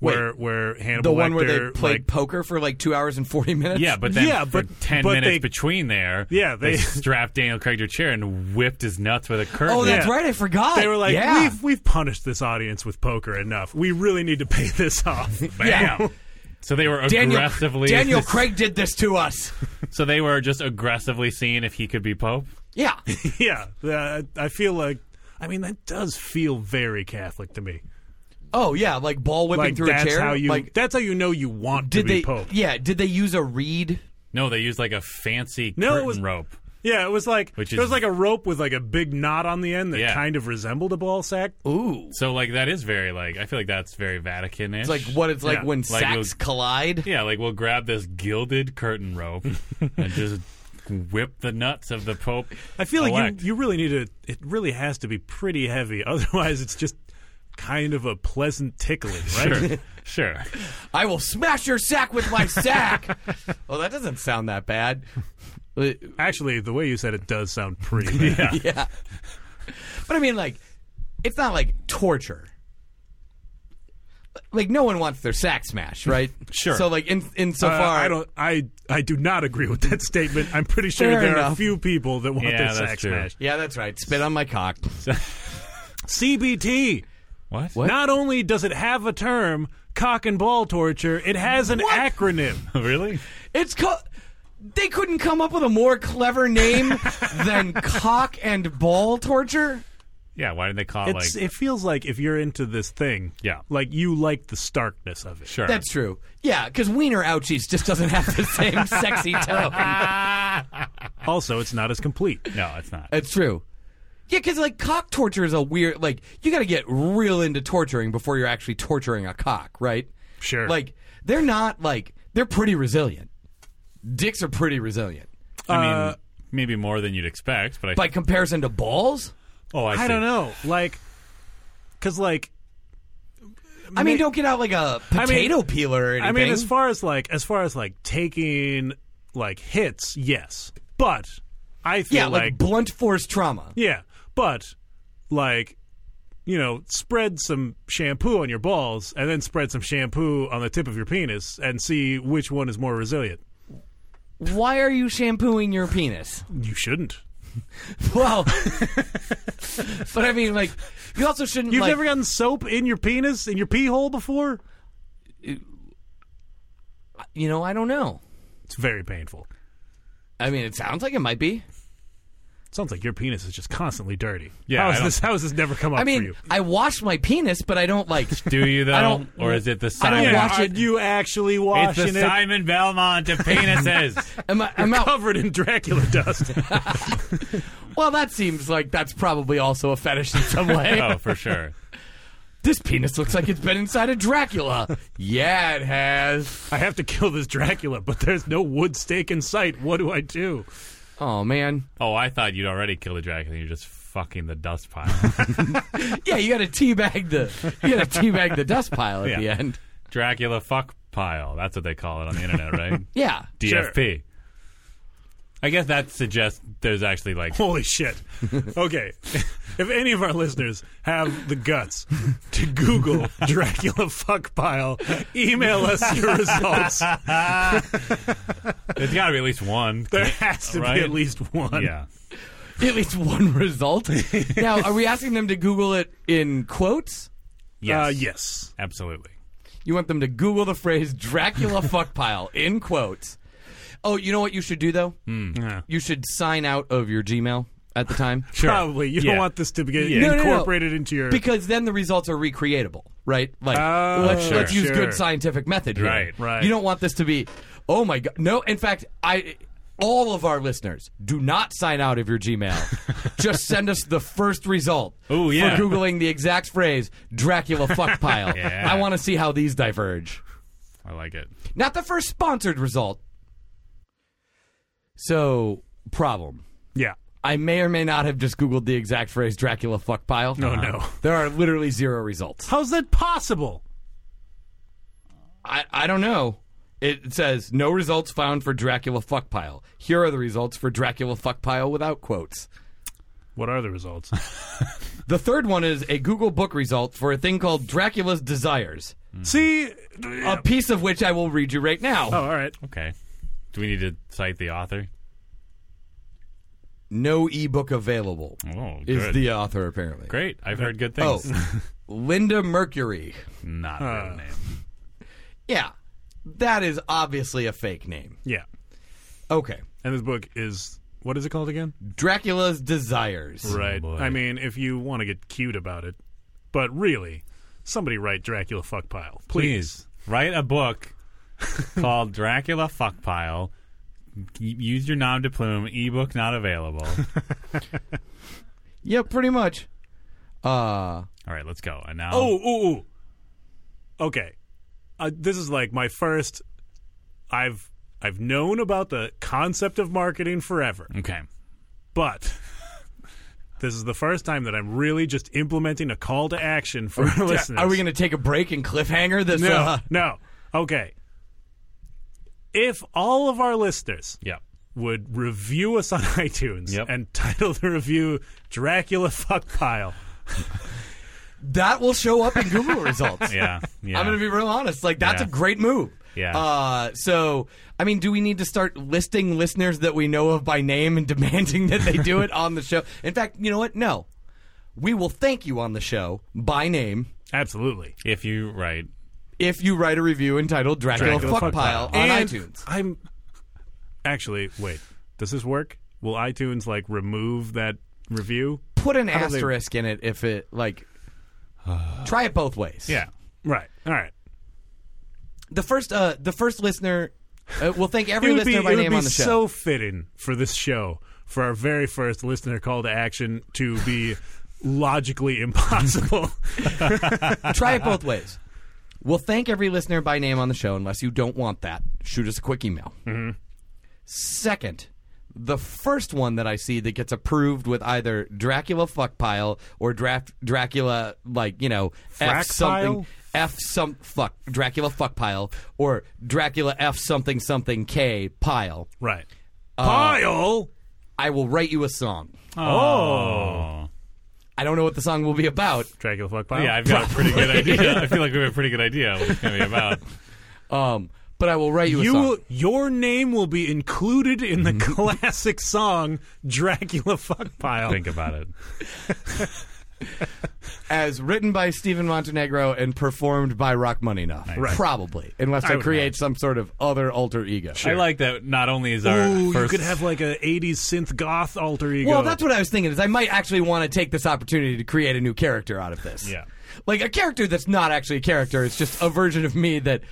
Wait,
Where where Hannibal
The one where
Lecter,
they played
like,
poker for like two hours and forty minutes.
Yeah, but then
Yeah,
for
but-
ten
but
minutes
they-
between there,
Yeah, they- <laughs>
strapped Daniel Craig to a chair and whipped his nuts with a curtain.
oh, that's
Yeah.
right. I forgot.
they were like,
yeah.
we've we've punished this audience with poker enough. We really need to pay <laughs> this
<laughs>
off.
Bam. So they were
Daniel,
aggressively
Daniel Craig did this to us.
<laughs>
<laughs>
So they were just aggressively seeing if he could be pope.
Yeah.
yeah, uh, I feel like. I mean, that does feel very Catholic to me.
Oh, yeah. Like ball whipping
Like
through
that's
a chair.
how you.
like,
that's how you know you want to
did
be
they?
pope.
Yeah. Did they use a reed?
No, they used like a fancy
No, it
curtain
was-
rope.
Yeah, it was like
Which
it
is-
was like a rope with like a big knot on the end that
Yeah.
kind of resembled a ball sack.
Ooh.
So like that is very like I feel like that's very Vatican ish.
It's like what it's like
Yeah,
when
like
sacks
those-
collide.
yeah, like we'll grab this gilded curtain rope
<laughs>
and just whip the nuts of the pope.
I feel like
elect.
you you really need to. It really has to be pretty heavy, <laughs> otherwise it's just kind of a pleasant tickling, right?
<laughs> sure, sure.
I will smash your sack with my sack. <laughs> well, that doesn't sound that bad. But
Actually, the way you said it does sound
<laughs>
pretty. bad.
yeah. But I mean, like, it's not like torture. Like, no one wants their sack smashed, right?
Sure.
So, like, in
Uh,
insofar,
I don't. I I do not agree with that statement. I'm pretty sure
Fair
there are
enough.
few people that want
Yeah,
their
that's
sack
true.
smashed.
Yeah, that's right. Spit on my cock.
CBT.
What?
What?
Not only does it have a term, cock and ball torture, it has an
What?
acronym.
<laughs> really?
It's co- they couldn't come up with a more clever name than cock and ball torture.
Yeah. Why didn't they call it like?
It's, it feels like if you're into this thing,
Yeah.
like you like the starkness of it.
sure.
That's true. Yeah, because wiener ouchies just doesn't have the <laughs> same sexy tone.
Also, it's not as complete.
no, it's not.
That's true. Yeah, because like cock torture is a weird like you got to get real into torturing before you're actually torturing a cock, right?
Sure.
Like they're not like they're pretty resilient. Dicks are pretty resilient
I mean,
uh,
maybe more than you'd expect, but I.
by comparison to balls.
oh, I,
I
see.
don't know, like, because like
I mean, don't get out like a
mean-
potato peeler or anything.
I mean, as far as like as far as like taking like hits, yes, but I feel
yeah, like, blunt force trauma.
yeah, but like you know, spread some shampoo on your balls, and then spread some shampoo on the tip of your penis, and see which one is more resilient.
Why are you shampooing your penis?
You shouldn't.
Well, <laughs> but I mean, like, you also shouldn't.
You've
like,
never gotten soap in your penis in your pee hole before.
you know, I don't know.
It's very painful.
I mean, it sounds like it might be.
Sounds like your penis is just constantly dirty.
Yeah,
How
I
is
don't-
this? How has this never come up
I
for
mean,
you?
I wash my penis, but I don't
<laughs>
like.
Do you
I
though,
don't-
or is it the
I don't
Simon?
watch
Are
it.
you actually
it's
washing
the
it?
Simon Belmont of penises.
<laughs>
Am I, am out.
Covered in Dracula dust. <laughs>
Well, that seems like that's probably also a fetish in
<laughs>
some way.
oh, for sure.
This penis looks like it's been inside a Dracula. yeah, it has.
I have to kill this Dracula, but there's no wood stake in sight. What do I do?
Oh man.
Oh, I thought you'd already killed the dragon. and You're just fucking the dust pile.
Yeah, you got to teabag the you got to teabag the dust pile at the
Yeah.
end.
Dracula fuck pile. That's what they call it on the internet, right?
Yeah.
DFP. I guess that suggests there's actually like
<laughs> Holy shit. Okay. <laughs> if any of our listeners have the guts to
<laughs>
Google Dracula fuck pile, email us your
<laughs>
results.
there's got to be at least one.
There has to
Right?
be at least one. Uh,
yeah.
At least
<laughs>
one result. now, are we asking them to Google it in quotes?
Yes.
Uh, yes.
Absolutely.
You want them to Google the
<laughs>
phrase Dracula fuck pile in quotes. Oh, you know what you should do though?
Hmm.
Yeah.
You should sign out of your Gmail at the time.
<laughs> Sure.
Probably. You
Yeah.
don't want this to get
Yeah. No,
no, no.
incorporated into your.
Because then the results are recreatable, right? Like
Oh,
let's,
sure,
let's use
sure.
good scientific method here.
Right,
right.
You don't want this to be oh my god. No, in fact, I all of our listeners do not sign out of
<laughs>
your Gmail. Just send us the first result
Ooh, yeah.
for googling the exact phrase Dracula fuck
<laughs>
pile.
Yeah.
I want to see how these diverge.
I like it.
Not the first sponsored result. So, problem.
yeah.
I may or may not have just Googled the exact phrase Dracula fuck pile. Uh-huh.
Oh, no.
There are literally zero results.
How's that possible?
I, I don't know. It says no results found for Dracula fuck pile. Here are the results for Dracula fuck pile without quotes.
What are the
<laughs>
results?
The third one is a Google book result for a thing called Dracula's Desires,
See.
a piece of which I will read you right now.
Oh, all right.
Okay. Do we need to cite the author?
No ebook available
Oh,
is
good.
the author apparently.
Great. I've heard good
Oh,
things.
Linda Mercury.
<laughs> Not a
Uh,
real name.
Yeah, that is obviously a fake name.
Yeah.
Okay,
And this book is what is it called again?
Dracula's Desires.
Right.
boy.
I mean, if you want to get cute about it, but really, somebody write Dracula fuck pile,
Please
please.
write a book called Dracula Fuckpile. Use your nom de plume. Ebook not available.
Yeah, pretty much. Uh,
All right, let's go. And now,
Oh, ooh, ooh. Okay. Uh, this is like my first. I've I've known about the concept of marketing forever,
okay.
but. This is the first time that I'm really just implementing a call to action for our listeners.
Are we going to take a break and cliffhanger this?
No,
<laughs> uh,
no. Okay. If all of our listeners
Yeah.
would review us on <laughs> iTunes
Yep.
and title the review Dracula Fuck Pile.
that will show up in Google results.
Yeah. Yeah.
I'm going to be real honest. Like that's
Yeah.
a great move.
Yeah.
Uh, so, I mean, do we need to start listing listeners that we know of by name and <laughs> demanding that they do it on the show? In fact, you know what? No, we will thank you on the show by name
Absolutely.
if you write
if you write a review entitled "Dracula,
Dracula
Fuck Pile" on
And
iTunes.
I'm actually wait. Does this work? Will iTunes like remove that review?
Put an
don't think-
asterisk in it if it
<sighs>
like. try it both ways.
yeah.
Right. All right.
The first, uh, the first listener. Uh, we'll
<laughs>
thank every
it would be,
listener by
it would
name
be
on the show.
so fitting for this show for our very first listener call to action to be
<laughs>
logically impossible. <laughs>
Try it both ways. We'll thank every listener by name on the show, unless you don't want that. Shoot us a quick email.
Mm-hmm.
Second, the first one that I see that gets approved with either Dracula fuck pile or draft Dracula like you know
Frack
F something
pile?
F some fuck Dracula fuck pile or Dracula F something something K pile.
right.
Uh,
Pile.
I will write you a song.
Oh.
I don't know what the song will be about.
Dracula fuck pile.
Yeah, I've got a pretty good idea. <laughs> I feel like we have a pretty good idea what it's going to be <laughs> about.
Um, but I will write you, a
You
song.
will, your name will be included in
<laughs>
the classic song Dracula Fuckpile.
Think about it.
as written by Stephen Montenegro and performed by Rachmaninoff.
Right.
Probably, unless
I
I,
would
create some sort of other alter ego.
I like that. Not only is our
Ooh, you
first,
could have like a '80s synth goth alter ego.
Well, that's what I was thinking. Is I might actually want to take this opportunity to create a new character out of this.
Yeah.
like a character that's not actually a character. It's just a version of me that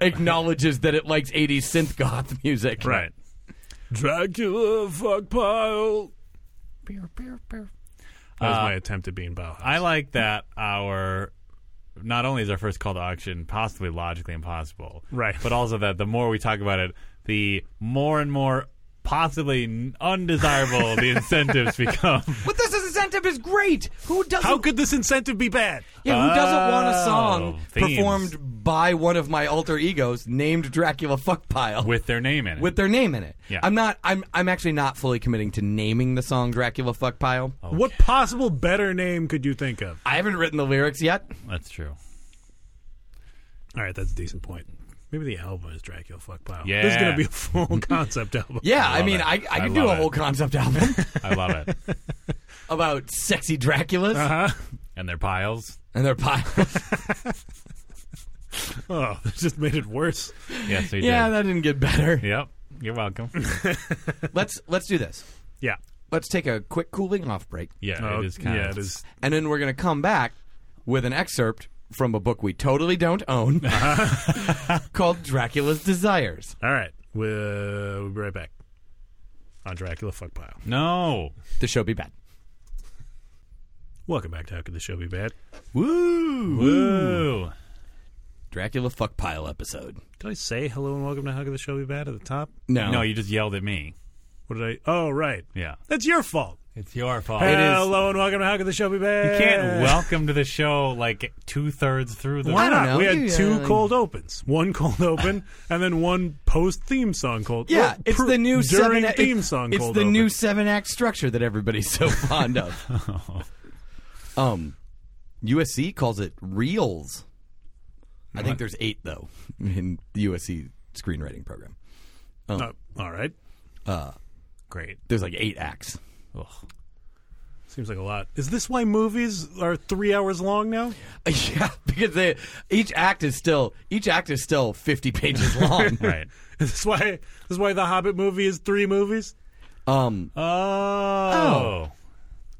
acknowledges that it likes 80s synth goth music.
right. Dracula fuck pile. That was my
Uh,
attempt at being Bauhaus.
I like that our not only is our first call to auction possibly logically impossible,
Right.
But also that the more we talk about it, the more and more possibly n- undesirable the incentives
<laughs>
become.
But this incentive is great. Who doesn't?
How could this incentive be bad?
yeah, who doesn't want a
Oh,
song
themes.
performed by one of my alter egos named Dracula Fuckpile?
With their name in it.
with their name in it.
Yeah.
I'm not. I'm. I'm actually not fully committing to naming the song Dracula Fuckpile.
Oh.
What possible better name could you think of?
I haven't written the lyrics yet.
That's true.
All right, that's a decent point. Maybe the album is Dracula fuck pile.
Yeah.
This is going to be a full <laughs> concept album.
Yeah, I,
love
mean,
it.
I, I
I
could do a
love
whole
it. <laughs>
concept album
I love
<laughs>
it.
about sexy Draculas
Uh-huh. and their piles.
and
<laughs>
their piles.
Oh, <laughs> that just made it worse.
Yes, they
yeah,
did.
that didn't get better.
yep. You're welcome.
Let's let's do this.
Yeah.
Let's take a quick cooling off break,
Yeah,
Oh,
it is kind
yeah,
of.
it is.
and then we're gonna come back with an excerpt from a book we totally don't own called Dracula's Desires.
All right. We'll, we'll be right back on Dracula fuck pile.
No.
The show be bad.
Welcome back to How Could the Show Be Bad?
Woo!
Woo.
Dracula Fuckpile episode.
Did I say hello and welcome to How Could the Show Be Bad at the top?
No,
No, you just yelled at me.
What did I? Oh, right.
Yeah.
That's your fault.
It's your
Oh,
fault.
hello and welcome to How Could the Show Be Bad?
You can't welcome to the show like two thirds through the.
I
Why
don't
not?
know.
We
You,
had two
uh,
cold opens. One cold
<laughs>
open, and then one post theme song cold.
Yeah,
well,
it's
pr-
the
during
new seven, act-
theme song.
It's
cold
the
open.
new seven act structure that everybody's so fond of. um, USC calls it reels. I think there's eight though in the USC screenwriting program.
Oh, all right,
Uh.
Great.
There's like eight acts.
Ugh.
seems like a lot. Is this why movies are three hours long now?
<laughs> yeah, because they, each act is still each act is still
<laughs>
50 pages long.
Right.
<laughs> Is this why? Is this why the Hobbit movie is three movies? Uh,
Um,
Oh.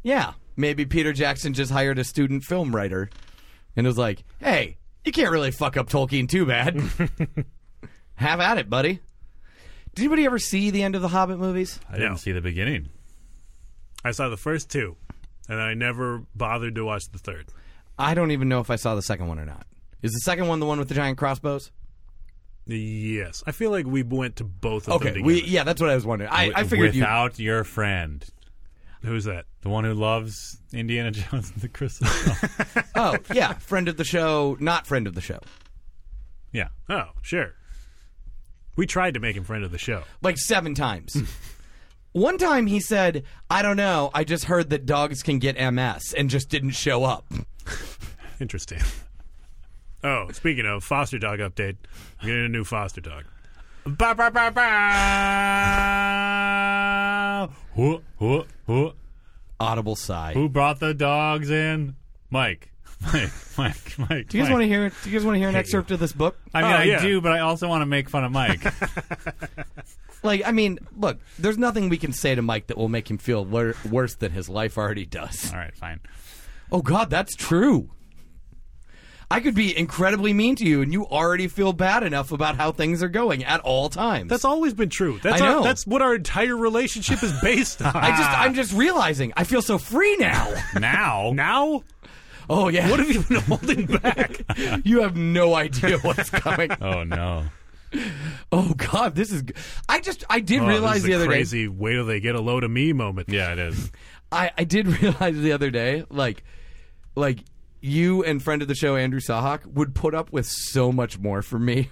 yeah, maybe Peter Jackson just hired a student film writer and was like, "Hey, you can't really fuck up Tolkien
<laughs>
too bad. Have at it, buddy." Did anybody ever see the end of the Hobbit movies?
I didn't
No.
see the beginning.
I saw the first two, and I never bothered to watch the third.
I don't even know if I saw the second one or not. Is the second one the one with the giant crossbows?
Yes, I feel like we went to both of
Okay,
them.
we
together.
yeah, that's what I was wondering. I, I figured you.
without your friend,
Who's that?
the one who loves Indiana <laughs> Jones and the Crystal. Skull.
Oh yeah, friend of the show, not friend of the show.
yeah.
Oh, sure. We tried to make him friend of the show.
like
<laughs>
seven times. One time he said, "I don't know. I just heard that dogs can get MS and just didn't show up."
Interesting. <laughs> Oh, speaking of foster dog update, we're getting a new foster dog.
Ba ba ba ba. Who who who
Audible sigh.
who brought the dogs in? Mike. <laughs> Mike. Mike. Mike.
Do you guys want to hear? Do you guys want to hear an excerpt of this book?
I mean,
Oh,
I
yeah.
do, but I also want to make fun of Mike. <laughs>
Like, I mean, look, there's nothing we can say to Mike that will make him feel wor- worse than his life already does.
All right, fine.
Oh God, that's true. I could be incredibly mean to you, and you already feel bad enough about how things are going at all times.
That's always been true. That's
I know.
Our, that's what our entire relationship is based on.
<laughs> I
Ah.
just, I'm just realizing I feel so free now.
Now,
<laughs> now
Oh yeah,
what have you been holding back?
<laughs> you have no idea what's coming.
oh no.
<laughs> Oh God, this is. g- I just I did
Oh, this
realize
is
the
a
other day.
crazy wait till they get a load of me moment.
Yeah, it is.
I I did <laughs> realize the other day, like, like you and friend of the show Andrew Sahak would put up with so much more from me.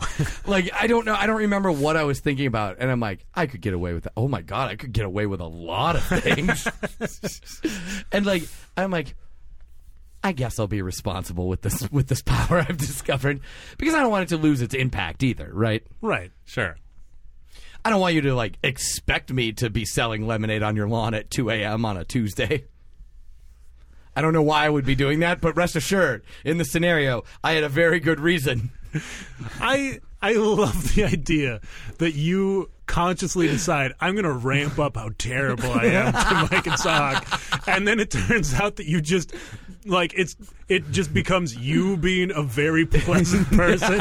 <laughs> like I don't know, I don't remember what I was thinking about, and I'm like, I could get away with that. Oh my God, I could get away with a lot of things. <laughs> and like I'm like. I guess I'll be responsible with this with this <laughs> power I've discovered because I don't want it to lose its impact either, right?
Right.
Sure.
I don't want you to like expect me to be selling lemonade on your lawn at 2 a.m. on a Tuesday. I don't know why I would be doing that, but rest assured, in the scenario, I had a very good reason. <laughs>
I I love the idea that you consciously decide I'm going to ramp up how terrible I am
<laughs>
to Mike and Sock, and then it turns out that you just like it's it just becomes you being a very
<laughs>
pleasant person.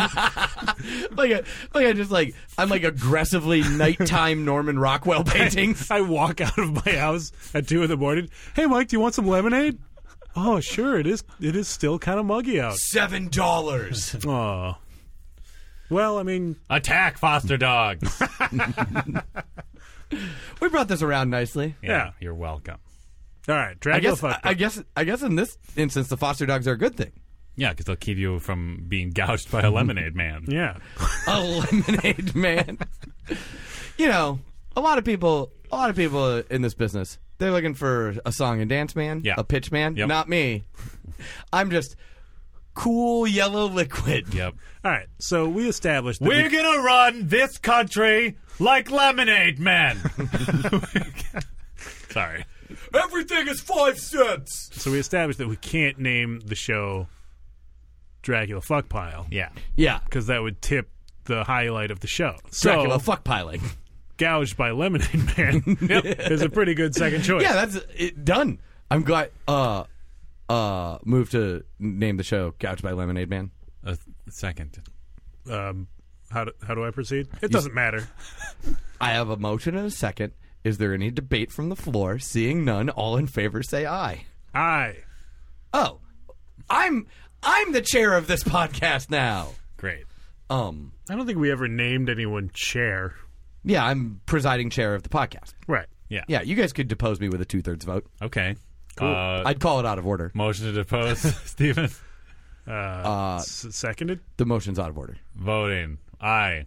like, a, like I just like I'm like aggressively nighttime <laughs> Norman Rockwell paintings.
I walk out of my house at two in the morning. Hey, Mike, do you want some lemonade? Oh, sure. It is. It is still kind of muggy out.
Seven dollars.
Oh. Well, I mean,
Attack foster dogs. yeah,
We brought this around nicely.
<laughs> Yeah.
you're welcome.
all right.
I
Dracula
guess. I,
fucked
I
up.
guess. I guess in this instance, the foster dogs are a good thing.
Yeah, because they'll keep you from being gouged
<laughs>
by a lemonade man.
yeah.
a lemonade man. you know, a lot of people, a lot of people in this business, they're looking for a song and dance man,
Yeah.
a pitch man.
Yep.
Not me. I'm just cool yellow liquid.
Yep.
All right. So we established. That
We're gonna run this country like lemonade
<laughs>
men. Sorry.
Everything is five cents.
So we established that we can't name the show Dracula Fuckpile
Yeah.
Yeah.
because that would tip the highlight of the show. So
Dracula fuck piling.
gouged by Lemonade Man is a pretty good second choice.
Yeah, that's it, done. I'm glad. Uh, uh, move to name the show "Couch by Lemonade Man."
A second.
um, how do, how do I proceed? It doesn't matter.
I have a motion and a second. Is there any debate from the floor? Seeing none, all in favor say aye.
I
Oh, I'm I'm the chair of this <laughs> podcast now.
Great.
Um,
I don't think we ever named anyone chair.
yeah, I'm presiding chair of the podcast.
Right.
Yeah.
Yeah, you guys could depose me with a two thirds vote.
Okay. Uh,
I'd call it out of order.
motion to
<laughs>
depose, Stephen.
S- seconded.
The motion's out of order.
Voting. Aye.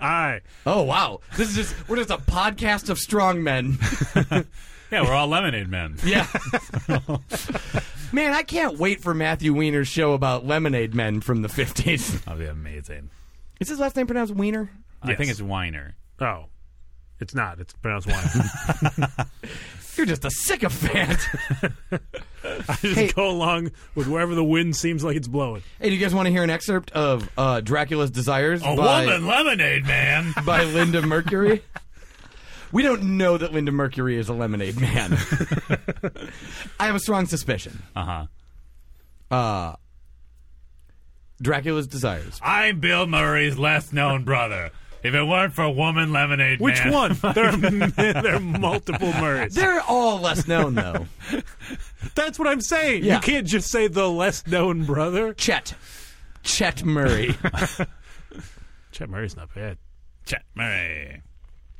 I
Oh wow, this is just we're just a podcast of strong men. <laughs>
Yeah, we're all lemonade men. <laughs>
Yeah, man, I can't wait for Matthew Wiener's show about lemonade men from the fifties.
That'd be amazing.
Is his last name pronounced Wiener?
I think
Yes.
it's Weiner.
oh, it's not. It's pronounced wine.
You're just
<laughs>
a sycophant.
I <laughs> just
Hey.
go along with wherever the wind seems like it's blowing.
hey, do you guys want to hear an excerpt of uh, Dracula's Desires?
A
by-
woman lemonade man.
by Linda Mercury. <laughs> We don't know that Linda Mercury is a lemonade man. <laughs> I have a strong suspicion. Uh,
Uh huh.
Dracula's desires.
I'm Bill Murray's less known brother. If it weren't for woman lemonade
Which
man.
one? <laughs> There are, there are multiple Murrays.
They're all less known though.
That's what I'm saying.
Yeah.
You can't just say the less known brother.
<laughs> Chet. Chet <laughs> Murray.
Chet Murray's not bad.
Chet Murray.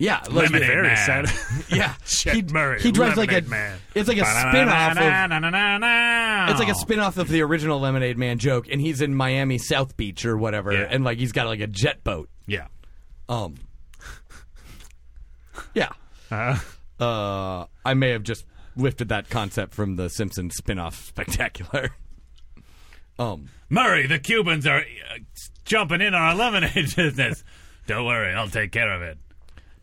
Yeah, like,
Lemonade
Very
man.
sad.
<laughs> yeah.
Chet
he,
Murray,
He drives like a
lemonade man.
It's like a spin-off of it's like a spin-off of the original Lemonade Man joke and he's in Miami South Beach or whatever
Yeah.
and like he's got like a jet boat.
Yeah.
Um. <laughs> Yeah.
Uh-huh.
Uh, I may have just lifted that concept from the Simpsons spin-off spectacular. <laughs> Um.
Murray, the Cubans are uh, jumping in on our lemonade <laughs> business. Don't worry, I'll take care of it.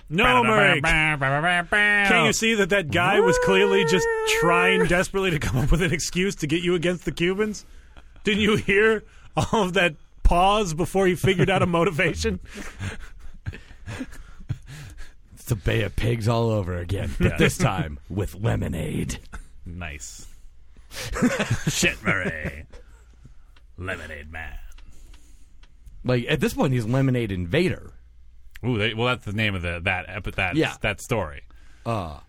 Oh,
No, Murray. Can't
Can
you see that that guy was clearly just trying desperately to come up with an excuse to get you against the Cubans? Didn't you hear all of that pause before he figured out a motivation?
It's the Bay of Pigs all over again, but this time with lemonade.
Nice. Shit,
<laughs>
Murray. <laughs> lemonade man.
Like at this point, he's Lemonade Invader.
Ooh, they, well, that's the name of the that epi- that
Yeah.
that story.
Uh,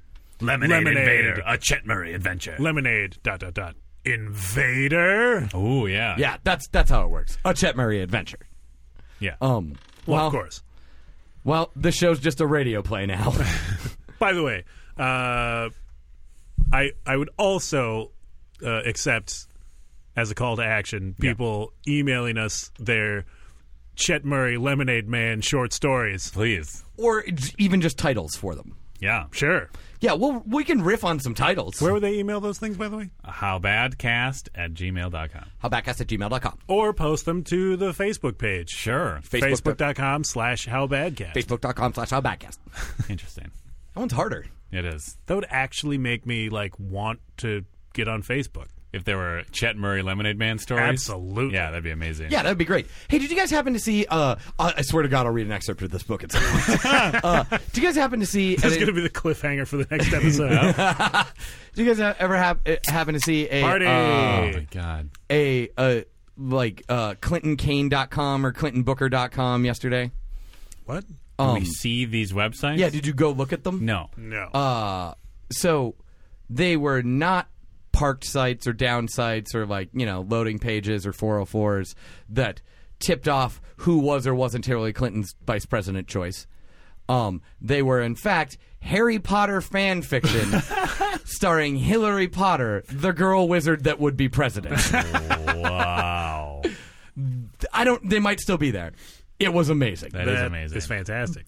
Lemonade,
Lemonade.
Invader, a Chet Murray adventure.
Lemonade. Dot dot dot. Invader.
Ooh, yeah,
yeah, that's that's how it works. A Chet Murray adventure.
yeah.
Um.
Well,
well,
of course.
Well, this show's just a radio play now. <laughs>
By the way, uh, I I would also uh, accept as a call to action people emailing us their Chet Murray Lemonade Man short stories.
Please,
or j- even just titles for them.
yeah.
Sure.
Yeah, well, we can riff on some titles.
Where would they email those things, by the way?
Howbadcast at gmail.com.
Howbackcast at gmail.com.
Or post them to the Facebook page.
Sure.
Facebook.
Facebook.com slash howbadcast.
Facebook.com slash howbackcast.
Interesting.
That one's harder.
It is.
That would actually make me like want to get on Facebook.
If there were Chet Murray Lemonade Man stories,
Absolutely.
Yeah, that'd be amazing.
Yeah, that'd be great. Hey, did you guys happen to see? Uh, I I swear to God, I'll read an excerpt of this book at some point. <laughs> uh, do you guys happen to <laughs> see?
That's going to be the cliffhanger for the
<laughs>
next episode.
do you guys ha- ever have, eh, happen to see a
Party.
uh,
Oh my god.
a uh, like uh, ClintonCain.com or ClintonBooker.com yesterday?
what?
Do we see these websites?
Yeah, did you go look at them?
no.
No.
Uh, so they were not parked sites or down sites or like you know loading pages or 404s that tipped off who was or wasn't Hillary Clinton's vice president choice. Um, they were in fact Harry Potter fan fiction starring Hillary Potter, the girl wizard that would be president.
Wow.
I don't. They might still be there. It was amazing.
That is
That
amazing.
It's fantastic.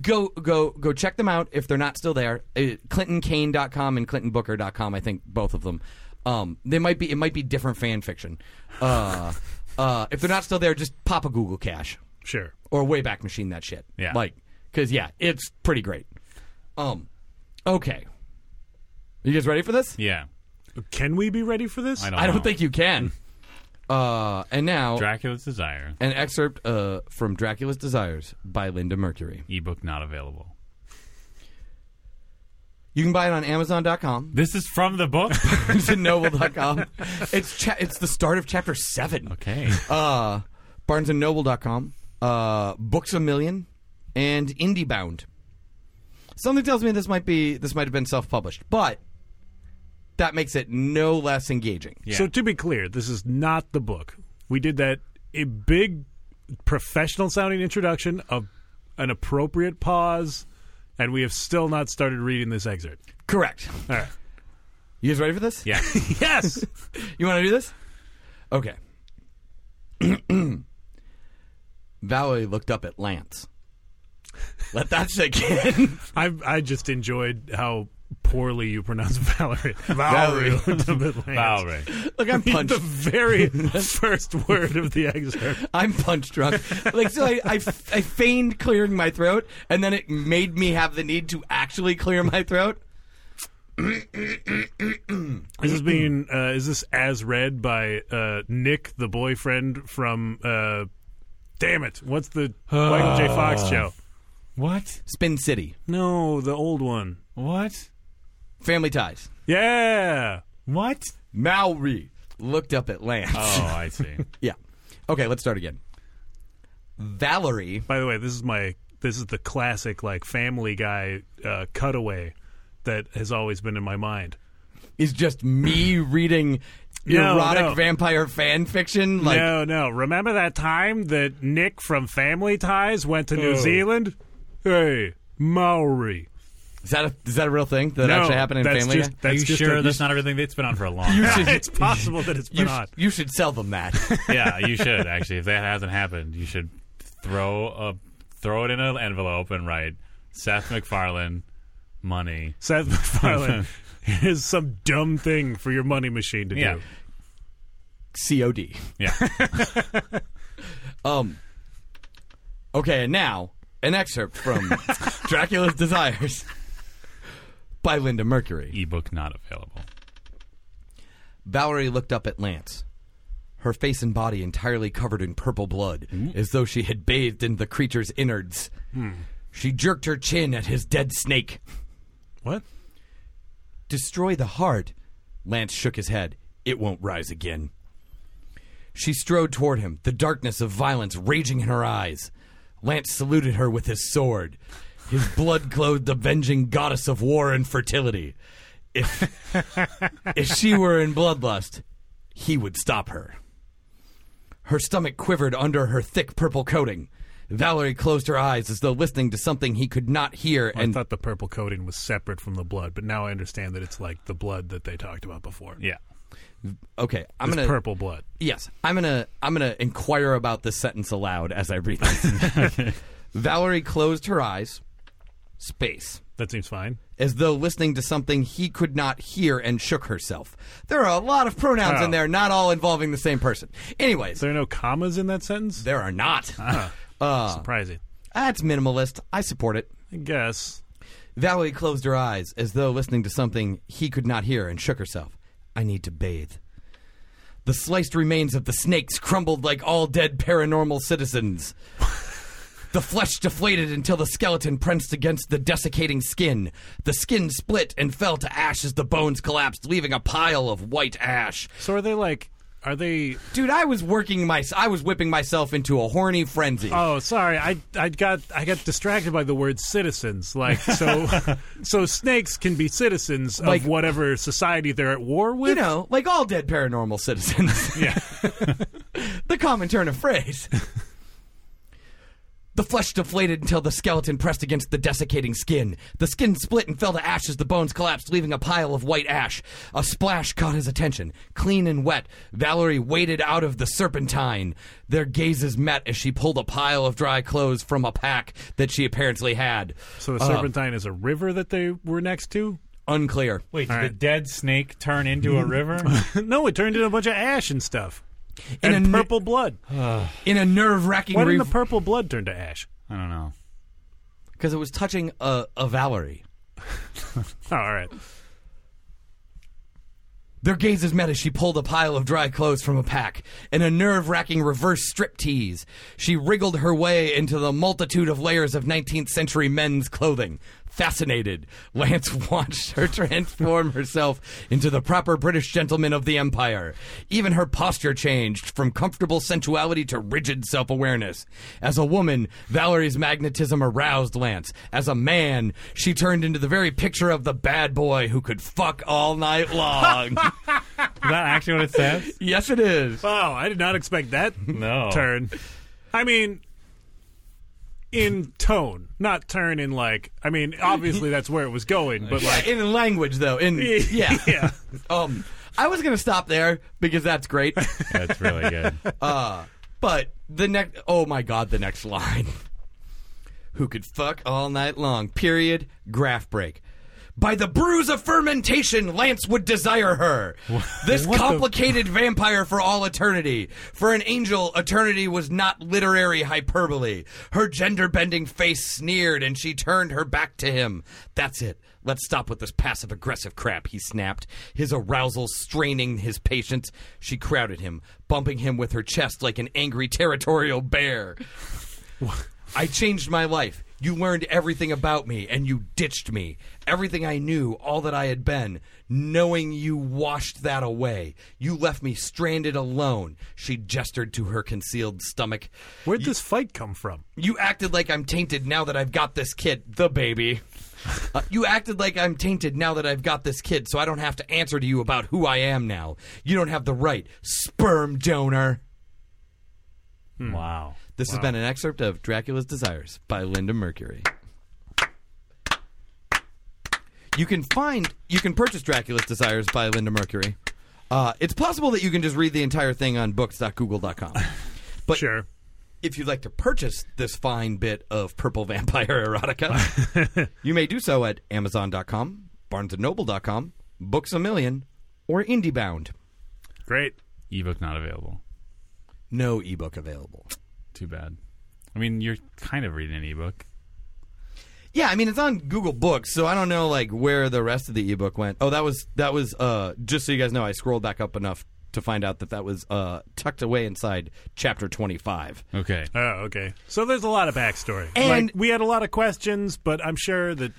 go go go check them out if they're not still there uh, clintoncane.com and clintonbooker.com i think both of them um, they might be it might be different fan fiction uh, uh, if they're not still there just pop a google cache
Sure.
or wayback machine that shit
Yeah.
like because yeah it's pretty great um okay you guys ready for this
yeah.
Can we be ready for this?
I don't
i
know.
don't think you can uh, and now
Dracula's Desire
an excerpt uh, from dracula's desires by linda mercury
ebook not available.
you can buy it on amazon.com
This is from the book.
to noble.com. It's cha- it's the start of chapter 7.
okay.
Uh barnesandnoble.com, uh Books a Million and IndieBound. Something tells me this might be this might have been self-published, but that makes it no less engaging.
Yeah.
So to be clear, this is not the book. We did that a big professional sounding introduction of an appropriate pause and we have still not started reading
<laughs>
this excerpt.
Correct.
All right.
You guys ready for this?
Yeah.
Yes.
You want to do this? Okay. <clears throat> Valerie looked up at Lance. Let that sink
<laughs>
in.
I I just enjoyed how poorly you pronounce Valerie. Valerie. <laughs>
Wow, Ray.
Look, I'm punched.
The very <laughs> first word of the excerpt.
I'm punch drunk. Like, so I, I, I feigned clearing my throat, and then it made me have the need to actually clear my throat.
Is this being uh, is this as read by uh, Nick, the boyfriend from? Uh, damn it! What's the Michael J.
<sighs>
Fox show?
What?
Spin City.
No, the old one.
What?
Family Ties.
Yeah.
What?
Maori looked up at Lance.
Oh, I see.
Yeah. Okay, let's start again. Valerie.
By the way, this is my this is the classic like Family Guy uh, cutaway that has always been in my mind.
is just me reading
No,
erotic
no.
vampire fan fiction. Like,
no, no. Remember that time that Nick from Family Ties went to New
Oh.
Zealand? Hey, Maori.
is that a, is that a real thing that
No,
actually happened in
that's
Family
just,
Guy?
Are
That's
you
just
sure
a- <laughs>
that's not everything that's been on for a long
You
time?
should-
It's possible that it's
You,
been on.
sh- you should sell them that. <laughs>
yeah, you should actually. If that hasn't happened, you should throw a throw it in an envelope and write Seth MacFarlane money. <laughs>
Seth MacFarlane is some dumb thing for your money machine to
Yeah,
do.
COD.
yeah.
Um. Okay, and now an excerpt from Dracula's Desires by Linda Mercury.
Ebook not available.
Valerie looked up at Lance, her face and body entirely covered in purple blood, as though she had bathed in the creature's innards. She jerked her chin at his dead snake.
What?
Destroy the heart. Lance shook his head. It won't rise again. She strode toward him, the darkness of violence raging in her eyes. Lance saluted her with his sword. His blood glowed the venging goddess of war and fertility.
<laughs>
If, if she were in bloodlust, he would stop her. Her stomach quivered under her thick purple coating. Valerie closed her eyes as though listening to something he could not hear
Oh, I
and
thought the purple coating was separate from the blood, but now I understand that it's like the blood that they talked about before.
Yeah,
okay, I'm
It's
going to
purple blood.
Yes, I'm gonna I'm gonna inquire about this sentence aloud as I read it. <laughs> Valerie closed her eyes, space,
That seems fine.
as though listening to something he could not hear, and shook herself. There are a lot of pronouns in
Oh.
there, not all involving the same person. Anyways,
There are no commas in that sentence?
there are not. Ah.
Surprising.
That's minimalist. I support it.
I guess.
Valerie closed her eyes as though listening to something he could not hear and shook herself. I need to bathe. The sliced remains of the snakes crumbled like all dead paranormal citizens. The flesh deflated until the skeleton pressed against the desiccating skin. The skin split and fell to ash as the bones collapsed, leaving a pile of white ash.
So are they like? Are they?
Dude, I was working my, I was whipping myself into a horny frenzy.
Oh, sorry. I I got I got distracted by the word citizens. Like
<laughs>
so, so snakes can be citizens of
Like-
whatever society they're at war with.
you know, like all dead paranormal citizens.
Yeah.
the common turn of phrase. the flesh deflated until the skeleton pressed against the desiccating skin. The skin split and fell to ash as the bones collapsed, leaving a pile of white ash. A splash caught his attention. Clean and wet, Valerie waded out of the serpentine. Their gazes met as she pulled a pile of dry clothes from a pack that she apparently had.
So the
Uh,
Serpentine is a river that they were next to.
unclear.
Wait,
All
did the
right.
dead snake turn into a river?
<laughs> no, it turned into a bunch of ash and stuff,
And
and
a nu-
purple blood.
In a nerve wracking
Why didn't the purple blood turn to ash?
I don't know.
Because it was touching a, a Valerie.
Oh, all right.
Their gazes met as she pulled a pile of dry clothes from a pack in a nerve wracking reverse striptease. She wriggled her way into the multitude of layers of 19th century men's clothing. Fascinated, Lance <laughs> watched her transform herself into the proper British gentleman of the empire. Even her posture changed from comfortable sensuality to rigid self awareness. As a woman, Valerie's magnetism aroused Lance. As a man, she turned into the very picture of the bad boy who could fuck all night long.
Is that actually what it
<laughs>
says?
Yes, it is.
Wow, Oh, I did not expect that
No.
turn. I mean, in tone, not turn in like. I mean, obviously that's where it was going, but like,
in language, though. In yeah.
yeah.
Um, I was gonna stop there because that's great.
That's really good.
Uh, but the next. Oh my God, the next line. Who could fuck all night long? Period. Graph break. By the bruise of fermentation, Lance would desire her. This complicated vampire for all eternity. For an angel, eternity was not literary hyperbole. Her gender bending face sneered and she turned her back to him. That's it. Let's stop with this passive aggressive crap, he snapped, his arousal straining his patience. She crowded him, bumping him with her chest like an angry territorial bear. I changed my life. You learned everything about me and you ditched me. Everything I knew, all that I had been, knowing you washed that away. You left me stranded alone. She gestured to her concealed stomach.
<laughs> Where'd this fight come from?
You acted like I'm tainted now that I've got this kid, the baby. Uh, you acted like I'm tainted now that I've got this kid, so I don't have to answer to you about who I am now. You don't have the right, sperm donor.
Wow.
This has been an excerpt of Dracula's Desires by Linda Mercury. You can find, you can purchase Dracula's Desires by Linda Mercury. Uh, it's possible that you can just read the entire thing on books.google.com. But
Sure.
if you'd like to purchase this fine bit of purple <laughs> vampire erotica, you may do so at amazon.com, barnesandnoble.com, Books a Million, or IndieBound.
Great.
Ebook not available.
No ebook available.
Too bad. I mean, you're kind of reading an ebook.
Yeah, I mean it's on Google Books, so I don't know like where the rest of the ebook went. Oh, that was that was uh just so you guys know, I scrolled back up enough to find out that that was uh tucked away inside chapter 25.
Okay.
Oh, okay. So there's a lot of backstory.
And-
like, we had a lot of questions, but I'm sure that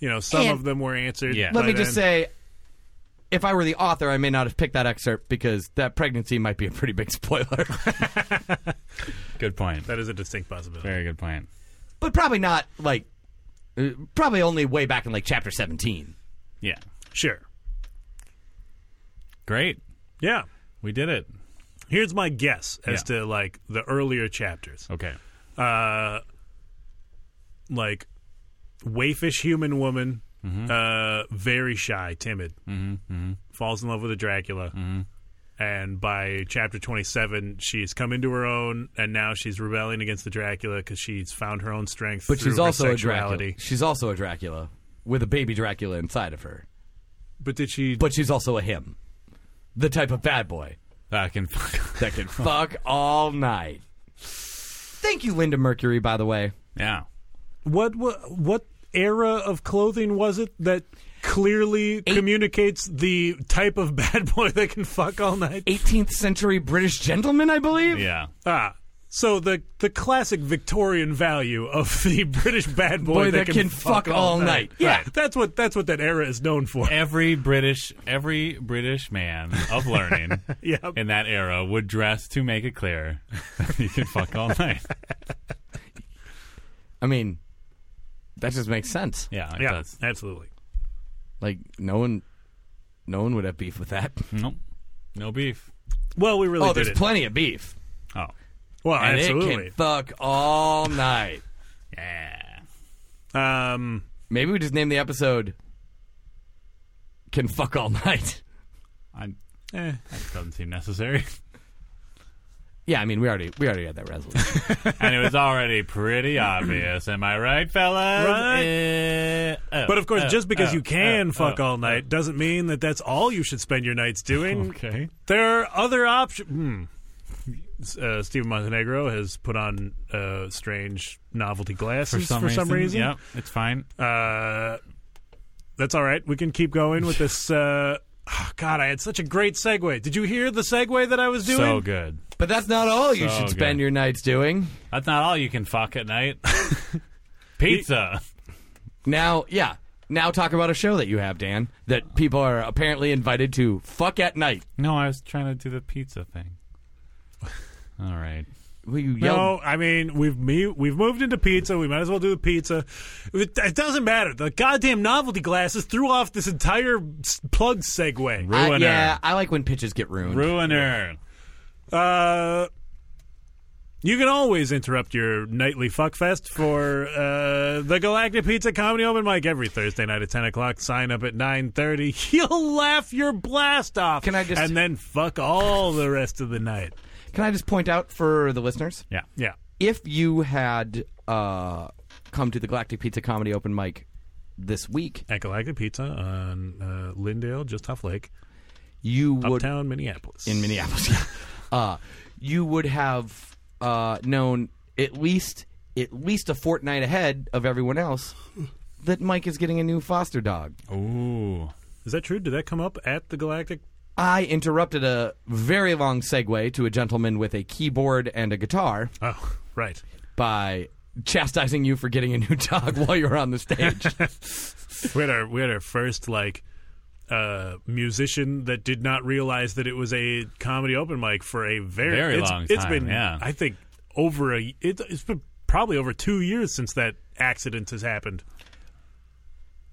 you know some
And-
of them were answered.
Yeah.
Let
by
me just
then.
say if I were the author, I may not have picked that excerpt because that pregnancy might be a pretty big <laughs> spoiler.
Good point.
that is a distinct possibility.
Very good point.
but probably not like uh, probably only way back in like chapter 17.
Yeah.
Sure.
Great.
Yeah.
We did it.
Here's my guess as
Yeah.
to like the earlier chapters.
Okay.
uh, like waifish human woman,
Mm-hmm.
uh, very shy, timid, falls in love with a Dracula,
Mm-hmm.
and by chapter twenty-seven, she's come into her own, and now she's rebelling against the Dracula because she's found her own strength.
But
through
she's
her
also a Dracula.
sexuality.
She's also a Dracula with a baby Dracula inside of her.
But did she?
But she's also a him. The type of bad boy.
I <laughs> can.
that can fuck all night. Thank you, Linda Mercury, by the way.
yeah.
what? What? What? era of clothing was it that clearly communicates the type of <laughs> bad boy that can fuck all night?
18th century British gentleman, I believe.
Yeah.
Ah. So the the classic Victorian value of the <laughs> British bad boy,
Boy that can fuck all night. Yeah.
Right. That's what that's what that era is known <laughs> for.
Every British, every British man of
<laughs>
learning
Yep.
in that era would dress to make it clear that you can fuck all night.
I mean, that just makes sense.
Yeah, it
yeah.
does.
Absolutely.
Like no one, no one would have beef with that.
Nope. No beef.
Well, we really
oh,
did
there's
it.
plenty of beef,
Oh,
well,
and
absolutely.
it can fuck all night.
yeah.
um
Maybe we just name the episode "Can Fuck All Night."
I,
eh.
that doesn't seem necessary.
Yeah, I mean, we already we already had that resolution.
and it was already pretty obvious. Am I right, fellas?
Right.
Uh, oh,
But of course,
oh,
just because
oh,
you can
uh,
oh,
fuck
oh,
all night doesn't mean that that's all you should spend your nights
<laughs>
doing.
Okay.
There are other options. Hmm. Uh, Steven Montenegro has put on uh, strange novelty glasses
For some reason. Yep, it's fine.
Uh, that's all right. We can keep going with this. Uh, <sighs> oh, God, I had such a great segue. Did you hear the segue that I was doing?
so good.
But that's not all you
So
should spend
good.
your nights doing.
That's not all you can fuck at night.
<laughs>
Pizza.
Now, yeah. Now talk about a show that you have, Dan, that people are apparently invited to fuck at night.
No, I was trying to do the pizza thing. All right.
Well, you yelled,
No, I mean we've me- we've moved into pizza. We might as well do the pizza. It, it doesn't matter. The goddamn novelty glasses threw off this entire s- plug segue.
I-
Ruiner.
yeah, I like when pitches get ruined.
Ruiner.
Uh, you can always interrupt your nightly fuckfest for uh, the Galactic Pizza Comedy Open Mic every Thursday night at ten o'clock. Sign up at nine thirty. <laughs> You'll laugh your blast off.
Can I just-
and then fuck all the rest of the night?
Can I just point out for the listeners,
Yeah.
Yeah.
if you had uh, come to the Galactic Pizza Comedy Open Mic this week,
At Galactic Pizza on uh, Lindale, just off Lake,
you would
uptown Minneapolis.
in Minneapolis, <laughs> uh, you would have uh, known at least at least a fortnight ahead of everyone else that Mike is getting a new foster dog.
Ooh.
Is that true? Did that come up at the Galactic?
I interrupted a very long segue to a gentleman with a keyboard and a guitar
Oh, <laughs> right.
by chastising you for getting a new <laughs> dog while you were on
<laughs>
the stage.
We had our we had our first like uh, musician that did not realize that it was a comedy open mic for a very
Very
it's-
long
It's
time,
been
yeah.
I think over a it, it's been probably over two years since that accident has happened.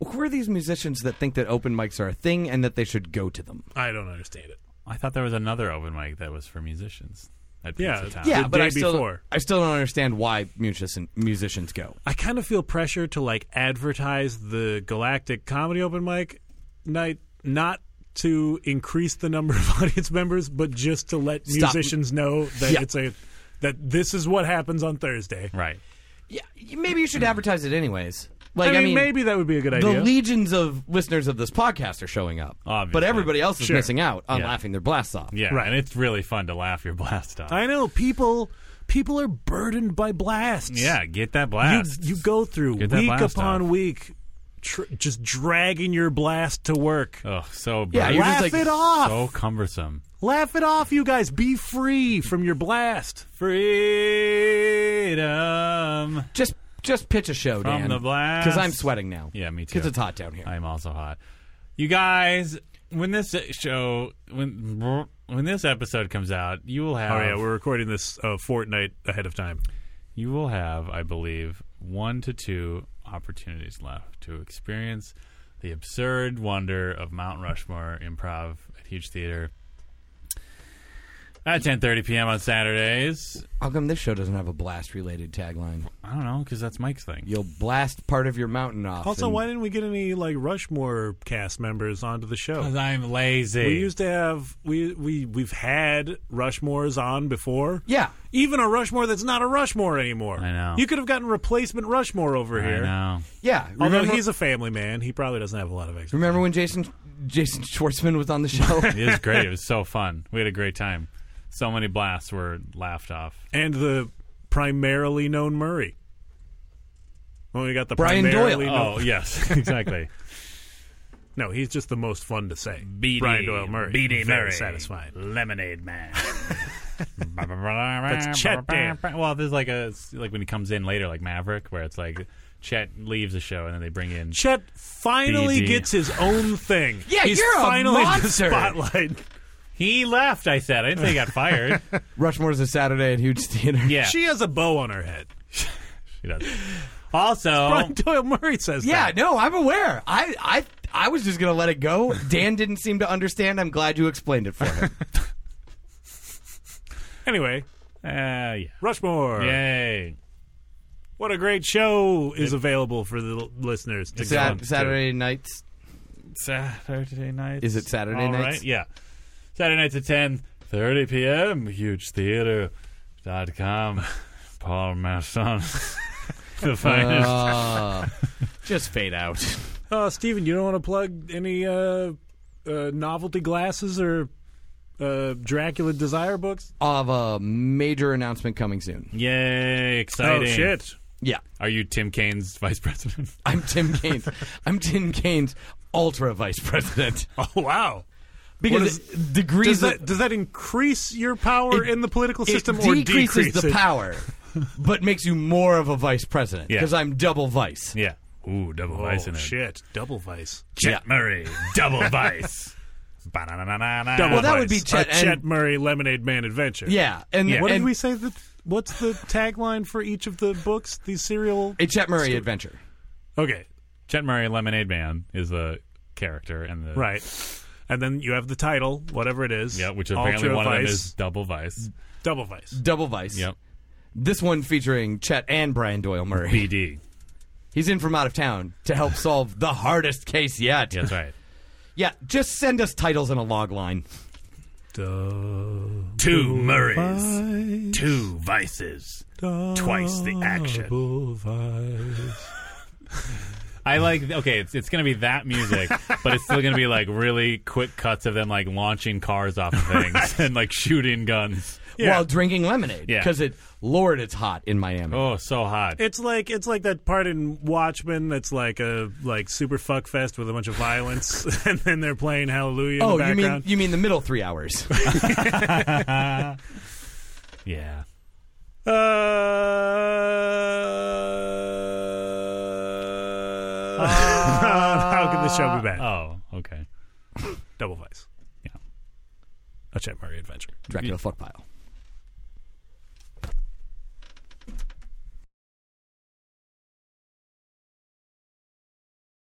Who are these musicians that think that open mics are a thing and that they should go to them?
I don't understand it.
I thought there was another open mic that was for musicians at Pizza
Yeah.
Town.
Yeah,
The
but
day
I still
before.
I still don't understand why musician, musicians go.
I kind of feel pressure to like advertise the Galactic comedy open mic night not. To increase the number of <laughs> audience members, but just to let
Stop.
musicians know that
Yeah.
it's a that this is what happens on Thursday.
Right.
Yeah, y- maybe you should advertise it anyways. Like
I mean, maybe that would be a good
the
idea.
legions of listeners of this podcast are showing up, but
Obviously.
everybody else is
Sure.
missing out on
Yeah.
laughing their blasts off.
Yeah.
Right.
And it's really fun to laugh your blast off.
I know people. People are burdened by blasts.
yeah, get that
you
blast.
you go through
Get that
week
blast
upon
off.
week, tr- just dragging your blast to work.
oh, so
Yeah,
bur-
you're
Laugh
just like-
it off.
so cumbersome.
Laugh it off, you guys. Be free from your blast.
Freedom.
Just just pitch a show,
From
Dan.
the blast.
Because I'm sweating now.
Yeah, me too.
Because it's hot down here.
I'm also hot. You guys, when this show when when this episode comes out, you will have
Oh yeah, we're recording this uh, fortnight ahead of time.
you will have, I believe, one to two opportunities left to experience the absurd wonder of Mount Rushmore Improv at Huge Theater at 10:30 p.m. on Saturdays.
How come this show doesn't have a blast related tagline?
I don't know because that's Mike's thing.
You'll blast part of your mountain off.
Also,
and-
why didn't we get any like Rushmore cast members onto the show?
Because I'm lazy.
We used to have we we we've had Rushmores on before.
Yeah.
Even a Rushmore that's not a Rushmore anymore.
I know.
You could have gotten replacement Rushmore over
I
here.
know.
Yeah.
Although
Remember,
he's a family man, he probably doesn't have a lot of extra.
remember when Jason Jason Schwartzman was on the show?
It was great. <laughs> it was so fun. We had a great time. So many blasts were laughed off.
And the primarily known Murray. When we got the
Brian
primarily
Doyle.
no-
Oh yes, <laughs> exactly.
No, he's just the most fun to say.
BD,
Brian Doyle Murray.
BD
Very
Murray.
satisfying.
Lemonade <laughs> man.
That's
<laughs> That's
Chet Dan.
Well, there's like a like when he comes in later, like Maverick, where it's like Chet leaves the show and then they bring in.
Chet finally
BD.
gets his own thing.
Yeah,
he's
you're a
finally in the
monster.
spotlight.
He left. I said. I didn't say he <laughs> got fired.
Rushmore's a Saturday at Huge Theater.
Yeah,
She has a bow on her head.
she does. Also,
Brian Doyle Murray says
Yeah,
that.
no, I'm aware. I, I, I was just gonna let it go. Dan didn't seem to understand. I'm glad you explained it for him.
Anyway,
uh, yeah.
Rushmore.
Yay.
What a great show is available for the l- listeners to
Sat-
come to.
Saturday nights.
Saturday night.
Is it Saturday
All
nights?
right, Yeah. Saturday nights at 10, 30 p.m. HugeTheater.com. <laughs> Paul Masson. <laughs> the finest.
Uh, just fade out.
Uh, Steven, you don't want to plug any uh, uh, novelty glasses or uh, Dracula Desire books?
I'll have a major announcement coming soon.
Yay. Exciting.
Oh, shit. <laughs>
Yeah,
Are you Tim Kane's vice president? <laughs>
I'm Tim Kane's. I'm Tim Kane's ultra vice president
Oh, wow.
because
is-
it
Does
degrees of-
that, does that increase your power
It-
in the political
it
system or
decreases
decrease
the
it?
power, but makes you more of a vice president
Yeah.
because I'm double vice.
yeah. Ooh, double
Oh,
vice in it.
shit. Double vice.
Chet
Yeah.
<laughs>
Murray. Double vice. Ba-na-na-na-na-na.
Double
Well, that would
vice.
be Chet
A Chet
and-
Murray Lemonade Man Adventure.
Yeah, and
Yeah.
What
and
did we say? That, what's the tagline for each of the books, the serial?
a Chet Murray adventure.
Okay,
Chet Murray Lemonade Man is the character and the
right. And then you have the title, whatever it is.
yeah which
Ultra
apparently one
vice,
of them is double vice
Double Vice.
Double Vice.
yep
This one featuring Chet and Brian Doyle Murray.
bd
He's in from out of town to help solve the hardest case yet.
yeah that's right
Yeah, just send us titles in a log line.
Double
two murrays
Vice.
two vices. Twice the action.
Double
<laughs>
Vice.
I like okay, it's it's gonna be that music, but it's still gonna be like really quick cuts of them like launching cars off of things and like shooting guns.
Yeah.
While drinking lemonade.
Yeah.
Because it, Lord, it's hot in Miami.
Oh, so hot.
It's like it's like that part in Watchmen that's like a like super fuck fest with a bunch of violence, <laughs> and then they're playing Hallelujah. in
Oh,
the
you mean
background.
you mean the middle three hours?
yeah.
Uh,
<laughs>
<laughs> how can this show be
Uh,
bad?
Oh, okay.
Double Vice.
Yeah.
A Chet Murray adventure.
Dracula fuck pile.